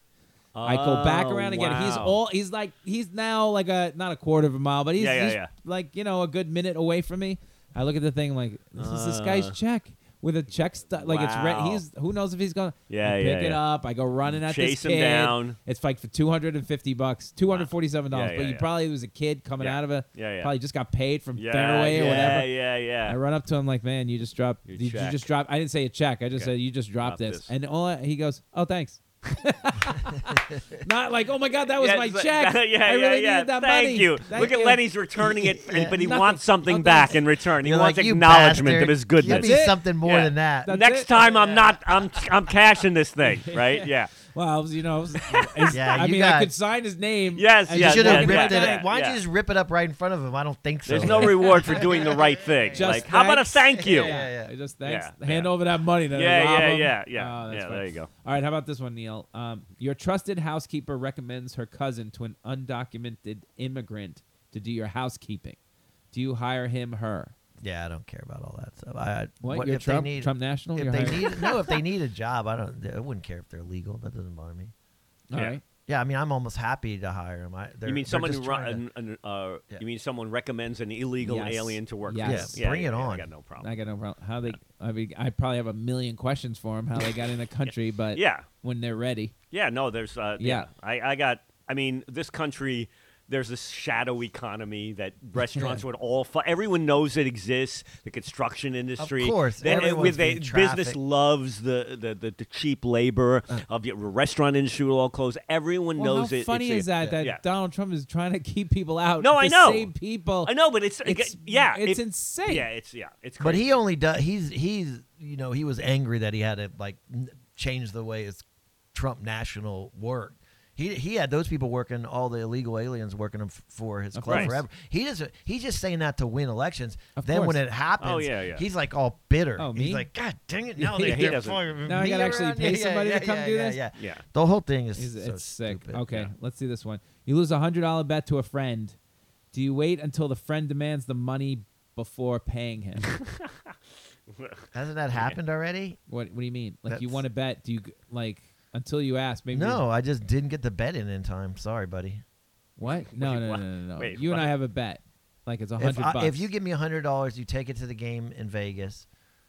B: I go back
C: Oh,
B: around again. He's
C: wow.
B: all. He's like. He's now like a not a quarter of a mile, but he's,
C: Yeah, yeah,
B: he's
C: yeah.
B: like you know a good minute away from me. I look at the thing like this is this guy's check with a check stu- like it's red.
C: Uh. Wow.
B: He's who knows if he's gonna
C: Yeah,
B: I
C: yeah,
B: pick it
C: yeah.
B: up. I go running at
C: Chase
B: this
C: him
B: kid.
C: down.
B: It's like for two hundred and fifty bucks, two hundred forty-seven dollars.
C: Yeah,
B: but
C: yeah,
B: you
C: yeah.
B: probably was a kid coming
C: Yeah.
B: out of a
C: Yeah, yeah.
B: probably just got paid from
C: Yeah,
B: Fairway
C: yeah,
B: or whatever.
C: yeah, yeah.
B: I run up to him like, man, you just dropped.
C: Your
B: Did you
C: check.
B: just drop? I didn't say a check. I just
C: Okay.
B: said you just dropped
C: Drop
B: this.
C: this.
B: And all I- he goes, oh, thanks. Not like, oh my god, that was
C: Yeah,
B: my
C: it's like-
B: check.
C: yeah,
B: I
C: yeah,
B: really
C: yeah.
B: needed that
C: Thank
B: money.
C: you.
B: Thank
C: Look at
B: you."
C: Lenny's returning it, and, but he
B: Nothing.
C: wants something
B: Oh,
C: back
B: thanks.
C: in return. He
D: You're
C: wants
D: like, "You
C: acknowledgement
D: bastard.
C: of his
D: Give
C: goodness.
D: me
B: That's it.
D: something more
C: Yeah.
D: than that.
B: That's
C: Next
B: it.
C: time, I'm not. I'm I'm cashing this thing, right? Yeah.
B: Well, I was, you know, it was- it's-
D: Yeah,
B: I
D: you
B: mean, I
D: got-
B: could sign his name.
C: Yes,
B: and
C: yes,
D: You
B: just
D: should
B: walk
D: have
C: yes,
B: away.
D: ripped
C: yeah,
D: it.
C: yeah,
D: out. Why don't
C: yeah.
D: you just rip it up right in front of him? I don't think so.
C: There's no reward for doing the right thing.
B: Just
C: like, how about a
B: thanks.
C: thank you?
D: Yeah, yeah.
B: I Just thanks.
C: Yeah,
B: Hand
C: yeah.
B: over that money. Then
C: Yeah,
B: rob
C: yeah,
B: him.
C: yeah, yeah.
B: Oh, that's
C: Yeah,
B: funny.
C: there you go.
B: All right, how about this one, Neil? Um, your trusted housekeeper recommends her cousin to an undocumented immigrant to do your housekeeping. Do you hire him, her?
D: Yeah, I don't care about all that stuff. I,
B: What,
D: what
B: you're
D: if
B: Trump-
D: they need
B: Trump national?
D: If
B: You're
D: they
B: hiring-
D: need no, if they need a job, I don't. I wouldn't care if they're legal. That doesn't bother me.
B: All right.
C: Yeah.
D: Yeah, I mean, I'm almost happy to hire them. I, they're-
C: You mean
D: they're
C: someone who
D: just
C: ru-
D: trying to-
C: an, an, uh,
D: Yeah.
C: you mean someone recommends an illegal
B: Yes.
C: alien to work?
B: Yes.
C: For?
D: Yeah, bring it
C: I
D: on.
C: got no problem.
B: I got no problem. How they? I mean, I probably have a million questions for them. How they got in the country, but
C: Yeah.
B: when they're ready,
C: Yeah, no, there's uh, yeah.
B: Yeah.
C: I, I got. I mean, this country. There's this shadow economy that restaurants would all. Fu- everyone knows it exists. The construction industry,
D: course,
C: Then, uh,
D: everyone's
C: with a,
D: being
C: business
D: trafficked.
C: loves the the, the, the cheap labor of the restaurant industry will all close. Everyone
B: Uh. well,
C: knows
B: how
C: it.
B: funny
C: it's a-
B: is that that
C: yeah.
B: Donald Trump is trying to keep people out?
C: No,
B: the
C: I know.
B: Same people.
C: I know, but it's,
B: It's-
C: yeah,
B: it's insane.
C: Yeah, it's yeah, it's.
D: But
C: Crazy.
D: he only does. He's he's you know he was angry that he had to like n- change the way it's Trump national work. He he had those people working all the illegal aliens working him f- for his club
C: course.
D: forever. He just he's just saying that to win elections.
B: Of
D: then
B: course.
D: when it happens,
C: Oh, yeah, yeah.
D: he's like all bitter.
B: Oh, me?
D: He's like, God dang it!
B: Yeah,
D: Now they
C: he
D: they're
C: doesn't.
D: fucking
B: Now I
D: me
B: gotta actually
D: around."
B: pay somebody to come do this?
D: Yeah,
C: Yeah.
D: The whole thing is,
B: Is,
D: so
B: it's sick.
D: stupid.
B: Okay, let's see this one. You lose a hundred dollar bet to a friend. Do you wait until the friend demands the money before paying him?
D: Hasn't that happened already?
B: what What do you mean? Like you
D: That's-
B: want to bet? Do you g- like until you ask? Maybe
D: No, I just didn't get the bet in in time. Sorry, buddy.
B: What? No,
C: Wait,
B: no, no,
C: what?
B: no, no.
C: Wait,
B: you and I
C: what?
B: have a bet. Like it's a
D: If,
B: hundred
D: I-
B: bucks.
D: if you give me hundred dollars, you take it to the game in Vegas.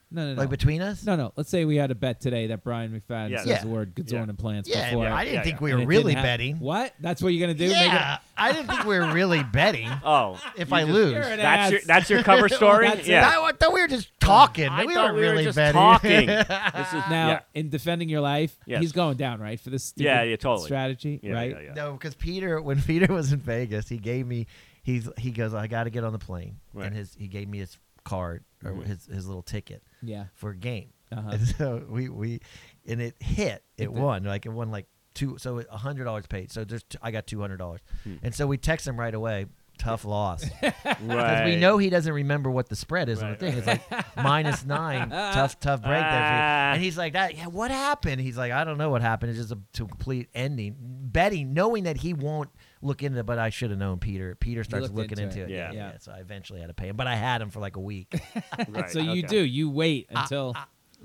B: no, no, no.
D: Like between us?
B: no, no. Let's say we had a bet today that Brian McFadden
C: Yeah.
B: says
D: Yeah.
B: the word Gazorn and plants
D: Yeah, I mean,
B: before.
D: I didn't
C: Yeah,
D: think
C: yeah.
D: we
B: and
D: were
B: it
D: really
B: didn't hap-
D: betting.
B: What? That's what you're gonna do? Make it-
D: Yeah, I didn't think we were really betting.
C: oh,
D: If
C: you
D: I
C: just-
D: lose,
B: You're an
C: that's your
B: ass.
C: that's your cover story.
B: That's it.
C: yeah,
D: I, I thought we were just talking.
C: I
D: we
C: thought
D: weren't really
C: just
D: betting.
C: talking. This is-
B: now
C: yeah.
B: in defending your life,
C: Yes.
B: he's going down right for this stupid
C: Yeah, yeah, totally.
B: strategy,
C: Yeah,
B: right?
C: yeah, yeah.
D: no, because Peter, when Peter was in Vegas, he gave me. He's he goes. I got to get on the plane,
C: Right.
D: and his he gave me his card or
B: Mm-hmm.
D: his, his little ticket
B: Yeah.
D: for a game.
B: Uh-huh.
D: And so we we and it hit. It, won. Like it won like two. So a hundred dollars paid. So there's t- I got two hundred dollars. And so we text him right away. Tough loss because we know he doesn't remember what the spread is on the
C: Right,
D: thing. It's like minus nine. Tough, tough break there. for you. And he's like, "That, yeah, what happened?" He's like, "I don't know what happened. It's just a to complete ending." Betting, knowing that he won't look into, it, but I should have known. Peter, Peter starts
B: looked
D: looking
B: into
D: into,
B: it.
D: it.
C: Yeah.
B: Yeah.
D: So I eventually had to pay him, but I had him for like a week.
C: Right,
B: so you
C: okay.
B: do. You wait until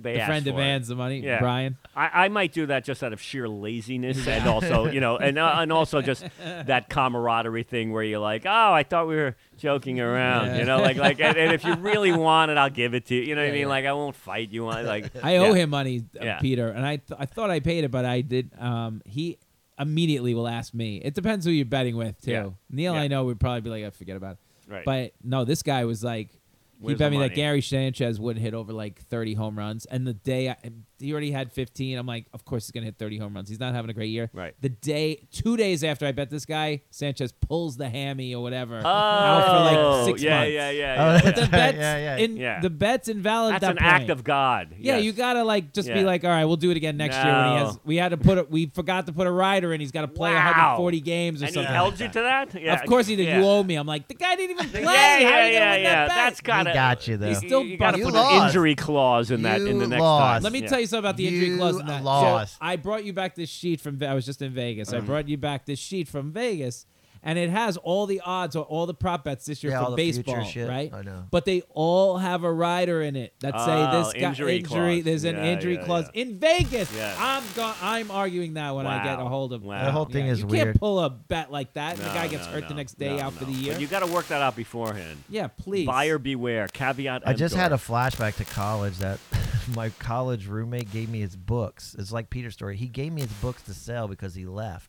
C: They
B: the
C: asked
B: friend
C: for it.
B: demands the money.
C: Yeah.
B: Brian.
C: I, I might do that just out of sheer laziness and also, you know, and uh, and also just that camaraderie thing where you're like, oh, I thought we were joking around, you know, like like, and, and if you really want it, I'll give it to you. You know what I
B: Yeah,
C: mean?
B: yeah.
C: Like I won't fight you on it. Like
B: I
C: yeah.
B: owe him money, uh,
C: Yeah.
B: Peter, and I th- I thought I paid it, but I did. Um, he immediately will ask me. It depends who you're betting with, too.
C: Yeah.
B: Neil,
C: Yeah.
B: I know would probably be like, I forget about it.
C: Right.
B: But no, this guy was like, he
C: Where's
B: bet
C: the
B: me that
C: money?
B: Gary Sanchez would hit over like 30 home runs, and the day I, he already had 15, I'm like, of course he's gonna hit 30 home runs. He's not having a great year.
C: Right.
B: The day, two days after I bet this guy, Sanchez pulls the hammy or whatever out for like
C: Oh,
B: six
C: yeah,
B: months.
C: yeah, yeah, yeah.
B: But the bet's
D: yeah, yeah.
B: in
C: Yeah.
B: the bet's invalid. at
C: That's an
B: that
C: act
B: point.
C: of God.
B: Yeah,
C: Yes.
B: you gotta like just be
C: Yeah.
B: like, all right, we'll do it again next year. When he
C: No.
B: has, we had to put a, we forgot to put a rider in. He's got to play
C: Wow.
B: 140 games or
C: And he
B: something.
C: held
B: like
C: you
B: that.
C: to that? Yeah.
B: of course he did.
C: Yeah.
B: You owe me. I'm like, the guy didn't even play.
C: Yeah,
B: How you
C: yeah,
B: gonna
C: yeah,
B: win
C: yeah.
B: That bet?
C: That's kind of
D: got you, though.
C: You,
B: still
C: you gotta
D: bugged.
C: put
D: You
C: an
D: lost.
C: injury clause in that in the
D: You
C: next time.
D: lost.
B: Let me
C: Yeah.
B: tell you something about the injury
D: You
B: clause. in that.
D: lost.
B: So I brought you back this sheet from. Ve- I was just in Vegas.
C: Mm.
B: I brought you back this sheet from Vegas, and it has all the odds or all the prop bets this year
D: Yeah,
B: for
D: all the future
B: baseball,
D: shit.
B: right?
D: I know.
B: But they all have a rider in it that
C: Oh,
B: say this guy
C: injury clause.
B: There's an
C: Yeah,
B: injury
C: yeah,
B: clause
C: yeah.
B: in Vegas.
C: Yeah.
B: I'm go- I'm arguing that when I get a
C: Wow.
B: hold of.
C: Wow. The
D: whole thing
B: Yeah,
D: is
B: you
D: weird.
B: can't pull a bet like that. and the
C: No,
B: guy gets
C: no,
B: hurt the
C: no,
B: next day
C: no,
B: out for
C: no.
B: the year.
C: But you got to work that out beforehand.
B: yeah, please.
C: Buyer beware. Caveat.
D: I just
C: emptor.
D: had a flashback to college that my college roommate gave me his books. It's like Peter's story. He gave me his books to sell because he left.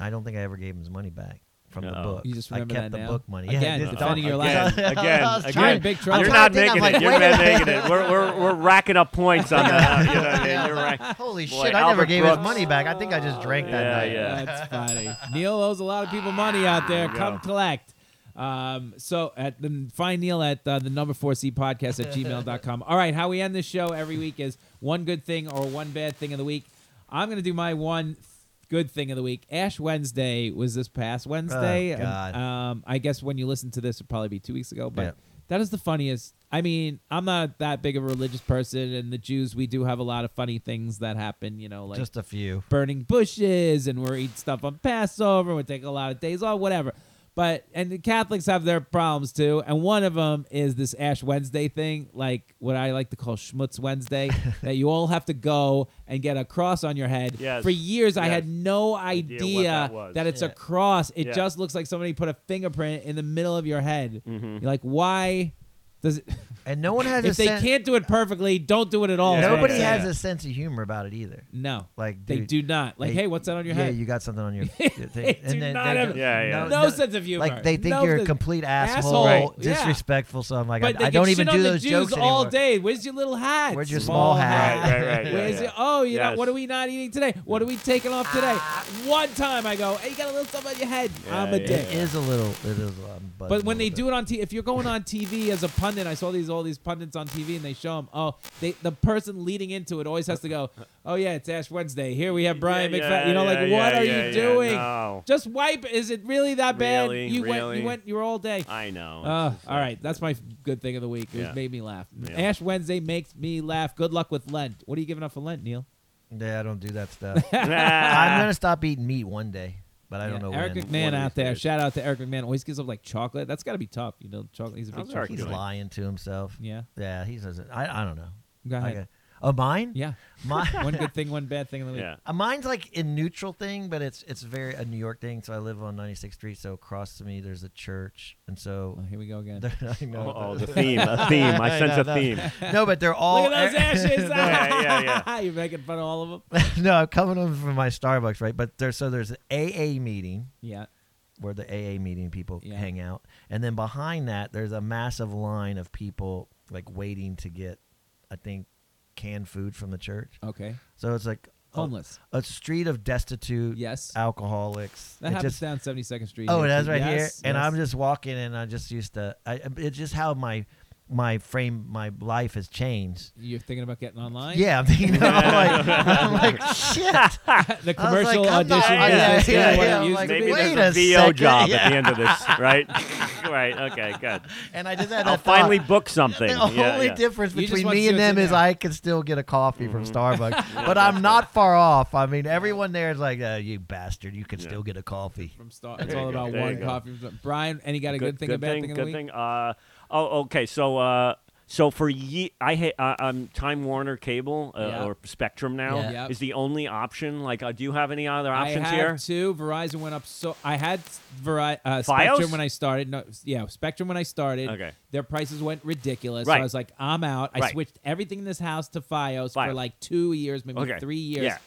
D: I don't think I ever gave him his money back from the
C: Uh-oh.
D: book.
B: You just remember
D: I kept
B: that
D: the
B: now?
D: book money.
B: Again,
D: yeah, I did.
B: defending your
C: Uh-huh. again,
B: life.
C: again,
D: I was
C: again.
B: trying- You're in big trouble.
C: You're
B: I'm
C: not
D: trying to
C: making
D: think,
C: it.
D: I'm
C: You're
D: like,
C: not
D: wait a
C: making it. We're, we're, we're racking up points on that. You know what I mean? You're right.
D: Holy
C: Boy,
D: shit! I never
C: Albert
D: gave
C: Brooks.
D: his money back. I think I just drank that
C: Yeah,
D: night.
C: yeah.
B: That's funny. Neil owes a lot of people money out there.
C: There you
B: Come
C: go.
B: collect. Um, so at the find Neil at uh, the number four C podcast at gmail.com. All right, how we end this show every week is one good thing or one bad thing of the week. I'm gonna do my one good thing of the week. Ash Wednesday was this past Wednesday.
D: Oh, God.
B: Um, um, I guess when you listen to this, it'll probably be two weeks ago, but
D: Yeah.
B: that is the funniest. I mean, I'm not that big of a religious person, and the Jews, we do have a lot of funny things that happen, you know, like
D: Just a few.
B: burning bushes and we're eating stuff on Passover. We take a lot of days off, whatever. But and the Catholics have their problems too, and one of them is this Ash Wednesday thing, like what I like to call Schmutz Wednesday, that you all have to go and get a cross on your head.
C: Yes,
B: For years, I had
C: yes.
B: no
C: Idea
B: idea,
C: what that was.
B: that it's a
D: Yeah.
B: cross. It
C: Yeah.
B: just looks like somebody put a fingerprint in the middle of your head.
C: Mm-hmm.
B: You're like, why does it?
D: And no one has a
B: if they
D: sense.
B: can't do it perfectly, don't do it at all. is what I'm
D: nobody
B: saying.
D: has a sense of humor about it either.
B: no.
D: Like
B: they
D: dude,
B: do not. Like,
D: they-
B: hey, what's that on your
D: yeah,
B: head?
D: you got something on your. thing.
B: They do not
D: they
B: have-
D: go-
C: Yeah, yeah.
B: no, sense of humor.
D: Like they think
B: No
D: you're a
B: sense-
D: complete asshole,
B: Asshole, Right. yeah.
D: disrespectful. So I'm like,
B: But
D: I,
B: they
D: I don't
B: can
D: even
B: shit on
D: do
B: the
D: those
B: Jews
D: jokes
B: all
D: anymore.
B: day. Where's your little hat?
D: Where's your small hat?
C: Right, right, right, yeah,
B: Where's
C: yeah.
B: your, oh, you know,
C: Yes. Ah.
B: what are we not eating today? What are we taking off today? One time I go, hey, you got a little something on your head.
C: Yeah,
B: I'm a
C: yeah,
B: dick.
D: It is a little. It is. um,
B: But when they do it on TV, if you're going on TV as a pundit, I saw these all these pundits on TV, and they show them. Oh, they the person leading into it always has to go. Oh yeah, it's Ash Wednesday. Here we have Brian
C: Yeah,
B: McFadden.
C: yeah,
B: you know, like
C: yeah,
B: what
C: yeah,
B: are
C: yeah,
B: you doing?
C: no.
B: Just wipe. Is it really that bad?
C: Really?
B: you went.
C: Really?
B: You went. You were all day.
C: I know.
B: Uh,
C: It's just
B: all
C: like-
B: right, that's my f- good thing of the week. It
C: Yeah.
B: made me laugh.
C: Yeah.
B: Ash Wednesday makes me laugh. Good luck with Lent. What are you giving up for Lent, Neil?
D: yeah, I don't do that stuff.
C: Ah.
D: I'm gonna stop eating meat one day, but I
B: Yeah,
D: don't know
B: Eric
D: when.
B: McMahon
C: One of
B: out
C: these
B: there.
C: days.
B: Shout out to Eric McMahon. Always gives up like chocolate. That's got to be tough, you know. Chocolate. He's a big
C: How's Eric
B: chocolate.
D: He's
C: doing?
D: lying to himself.
B: Yeah.
D: Yeah, he doesn't. I, I don't know.
B: Go ahead.
D: Okay. Oh, mine?
B: Yeah.
D: Mine.
B: one good thing, one bad thing of the week.
C: Yeah.
D: Uh, Mine's like a neutral thing, but it's it's very a New York thing. So I live on 96th Street, so across to me there's a church, and so
B: Oh, here we go again.
D: I know.
C: Oh, the theme. A theme. I sense a
D: no.
C: theme.
D: No, but they're all
B: Look at those ashes.
C: Yeah, yeah, yeah.
B: You're making fun of all of them.
D: no, I'm coming home from my Starbucks, right? But there's so there's an AA meeting
B: Yeah.
D: where the AA meeting people
B: Yeah.
D: hang out, and then behind that there's a massive line of people like waiting to get, I think, canned food from the church.
B: Okay.
D: So it's like a-
B: Homeless.
D: a, street of destitute
B: Yes.
D: alcoholics.
B: That
D: Uh, It
B: happens
D: just-
B: down 72nd Street.
D: Oh,
B: here,
D: it is
B: too.
D: right
B: yes,
D: here. And
B: yes.
D: I'm just walking, and I just used to. I, it's just how my my frame, my life has changed.
B: You're thinking about getting online?
D: Yeah, I'm thinking, I'm like, I'm like, shit.
B: the
D: I was like,
B: commercial
D: I'm not-
B: audition
D: I-
C: yeah,
B: is
C: yeah,
B: still what
C: yeah,
B: it used
D: like,
B: to
C: Maybe
B: be.
D: wait
C: there's a
D: a
C: VO
D: second,
C: job at
D: yeah.
C: the end of this, right? right. Okay. Good.
D: And I just had
C: I'll
D: that thought.
C: finally book something.
D: The
C: Yeah,
D: only
C: yeah.
D: difference
B: You just
D: between
B: want to
D: me
B: see
D: and
B: what's in
D: them is
B: there. Mm-hmm.
D: I can still get a coffee from Starbucks, but I'm not far off. I mean, everyone there is like, uh, "You bastard, you can still get a coffee."
B: From start, it's
C: There you
B: all
C: go,
B: about
C: there you
B: one
C: go.
B: coffee. Brian, and he got a good, thing, a bad thing, in the
C: good
B: week.
C: thing. Uh, oh, okay. So, uh, so for ye- I ha- uh, um, Time Warner Cable uh,
B: Yeah.
C: or Spectrum now
B: Yeah. Yep.
C: is the only option. Like, uh, do you have any other
B: I
C: options
B: had
C: here?
B: two. Verizon went up so I had Veri- uh,
C: Fios?
B: Spectrum when I started. No, yeah, Spectrum when I started.
C: Okay.
B: their prices went ridiculous. So
C: Right.
B: I was like, I'm out. I
C: Right.
B: switched everything in this house to Fios,
C: Fios.
B: for like two years, maybe
C: Okay.
B: three years.
C: Yeah.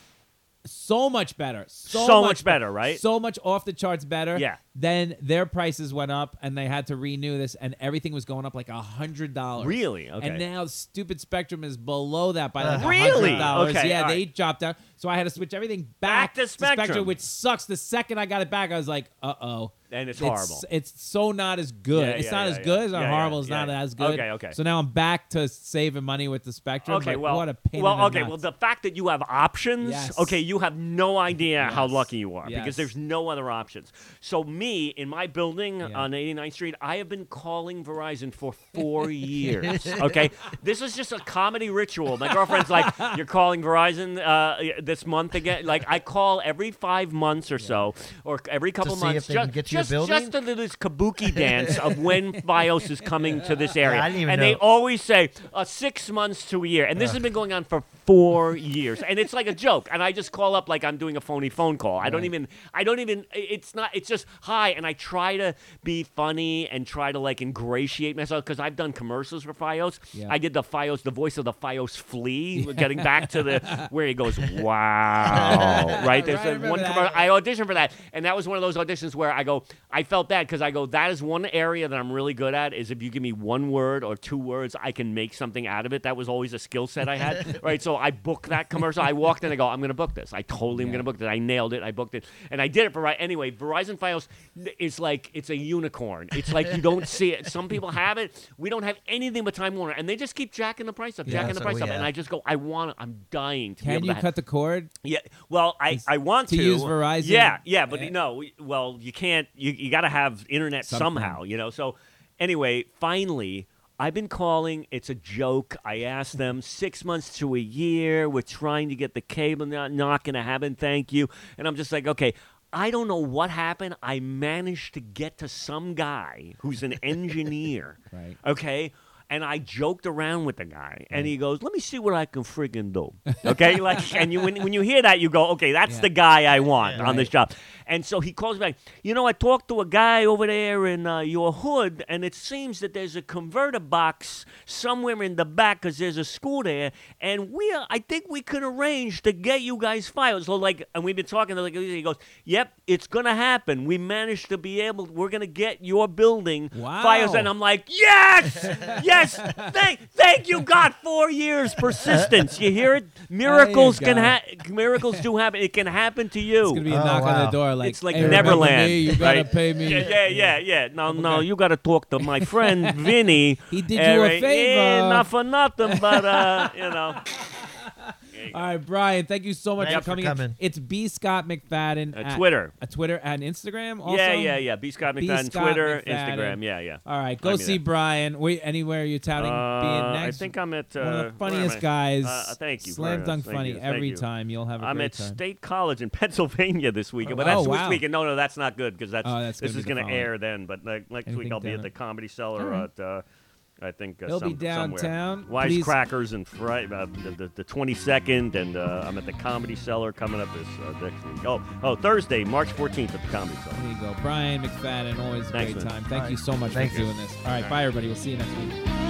B: So much better. So,
C: So
B: much,
C: much
B: be-
C: better, right?
B: So much off the charts better.
C: Yeah.
B: Then their prices went up, and they had to renew this, and everything was going up like a hundred dollars.
C: Really? Okay.
B: And now stupid Spectrum is below that by like
C: Uh, really?
B: hundred dollars.
C: Okay,
B: Yeah,
C: all
B: they
C: right.
B: dropped out. So I had to switch everything
C: Back
B: back,
C: to Spectrum.
B: which sucks. The second I got it back, I was like, uh oh.
C: And it's horrible.
B: It's so not as good.
C: Yeah,
B: it's
C: yeah,
B: not
C: yeah,
B: as
C: yeah.
B: good. It's not
C: Yeah, yeah,
B: horrible. It's
C: yeah.
B: not as good.
C: Okay, okay.
B: So now I'm back to saving money with the Spectrum.
C: Okay,
B: but
C: well,
B: what a pain. in
C: well,
B: the
C: okay,
B: nuts.
C: well, the fact that you have options,
B: Yes.
C: okay, you have no idea how
B: Yes.
C: lucky you are because
B: Yes.
C: there's no other options. So, me in my building
B: Yeah.
C: on 89th Street, I have been calling Verizon for four years. Okay, this is just a comedy ritual. My girlfriend's like, "You're calling Verizon uh, this month again?" Like, I call every five months or so, or every couple
D: see
C: months,
D: if they
C: ju-
D: can get you a
C: just
D: building?
C: just to do this kabuki dance of when Fios is coming to this area,
D: I didn't even
C: and they
D: know.
C: always say uh, six months to a year, and this has been going on for four years, and it's like a joke. And I just call up like I'm doing a phony phone call. I don't even, I don't even. i- It's not. It's just hi, and I try to be funny and try to like ingratiate myself because I've done commercials for Fios.
B: Yeah.
C: I did the Fios, the voice of the Fios flea. We're Getting back to the where he goes, wow, right? There's
B: Right, I
C: that
B: remember
C: one
B: that.
C: commercial. I auditioned for that, and that was one of those auditions where I go, I felt bad because I go, that is one area that I'm really good at is if you give me one word or two words, I can make something out of it. That was always a skill set I had, right? So I booked that commercial. I walked in, I go, I'm gonna book this. I totally am gonna book this. I nailed it. I booked it, and I did it for right. Anyway, Verizon Files is like it's a unicorn. It's like you don't see it. Some people have it. We don't have anything but Time Warner, and they just keep jacking the price up,
D: Yeah,
C: jacking
D: that's
C: the
D: what
C: price
D: we
C: up, and
D: have.
C: I just go, I want. it. I'm dying to be
B: Can
C: able
B: you
C: to ha-
B: cut the cord?
C: yeah. Well, I,
B: Is-
C: I want to,
B: to use Verizon
C: Yeah, yeah, but
B: a-
C: no. we- Well, you can't. You you got to have internet
B: Something.
C: somehow, you know. So anyway, finally. I've been calling. It's a joke. I asked them six months to a year. We're trying to get the cable. Not, not going to happen. Thank you. And I'm just like, okay. I don't know what happened. I managed to get to some guy who's an engineer.
B: Right.
C: Okay. And I joked around with the guy, and he goes, "Let me see what I can friggin' do." Okay, like, and you when, when you hear that, you go, "Okay, that's
B: Yeah.
C: the guy I want on this
B: Right.
C: job." And so he calls me back. You know, I talked to a guy over there in uh, your hood, and it seems that there's a converter box somewhere in the back because there's a school there, and we, are I think we could arrange to get you guys files. So like, and we've been talking. Like, he goes, "Yep, it's gonna happen. We managed to be able. We're gonna get your building files."
B: Wow.
C: And I'm I'm like, yes, yes. Thank, thank you, God. Four years persistence. You hear it? Miracles can
B: go.
C: ha- miracles do happen. It can happen to you. Uh,
B: It's gonna be a
D: Oh,
B: knock on
D: wow.
B: the door. Like
C: Uh-huh. It's like
B: "Hey, remember
C: Neverland,
B: Me? You gotta
C: right?
B: pay me.
C: yeah, yeah, yeah, yeah. No, no, you got to talk to my friend Vinny.
B: He did you
C: Eh,
B: a
C: right. Eh,
B: favor.
C: not for nothing, but uh, you know.
B: All right, Brian. Thank you so much
D: Thanks
B: for
D: for
B: coming. In.
D: coming.
B: It's B Scott McFadden.
C: Uh, Twitter.
B: A Twitter and Instagram. Also.
C: yeah, yeah, yeah. B Scott
B: B.
C: McFadden,
B: Scott
C: Twitter,
B: McFadden.
C: Instagram. Yeah, yeah.
B: All right, go
C: Find me
B: see
C: there.
B: Brian. Wait, anywhere you're touting
C: Uh,
B: being
C: I
B: next.
C: think I'm at uh,
B: one of the
C: where am
B: funniest
C: I?
B: guys.
C: Uh, thank you.
B: Slam
C: very much.
B: dunk
C: Thank
B: funny
C: you, thank
B: every
C: you.
B: time. You'll have a
C: I'm
B: great
C: at
B: time.
C: State College in Pennsylvania this weekend, but
B: Oh,
C: that's this
B: wow.
C: weekend. No, no, that's not good because that's
B: Oh, that's
C: this
B: gonna
C: is
B: be the
C: going to
B: following.
C: air then. But like, next week
B: Anything
C: I'll be at
B: down-
C: the Comedy Cellar
B: Alright.
C: at. Uh, I think uh,
B: He'll be
C: some- somewhere.
B: downtown. Please-
C: Wisecrackers and Friday, uh, the, the, the 22nd, and uh, I'm at the Comedy Cellar coming up this uh, next week. Oh, oh, Thursday, March 14th at the Comedy Cellar.
B: There you go, Brian McFadden. Always a
C: Thanks,
B: great
C: man.
B: time. Thank
D: All
B: you
D: right.
B: so much
D: Thank
B: for
D: you.
B: doing this. All right, bye everybody. We'll see you next week.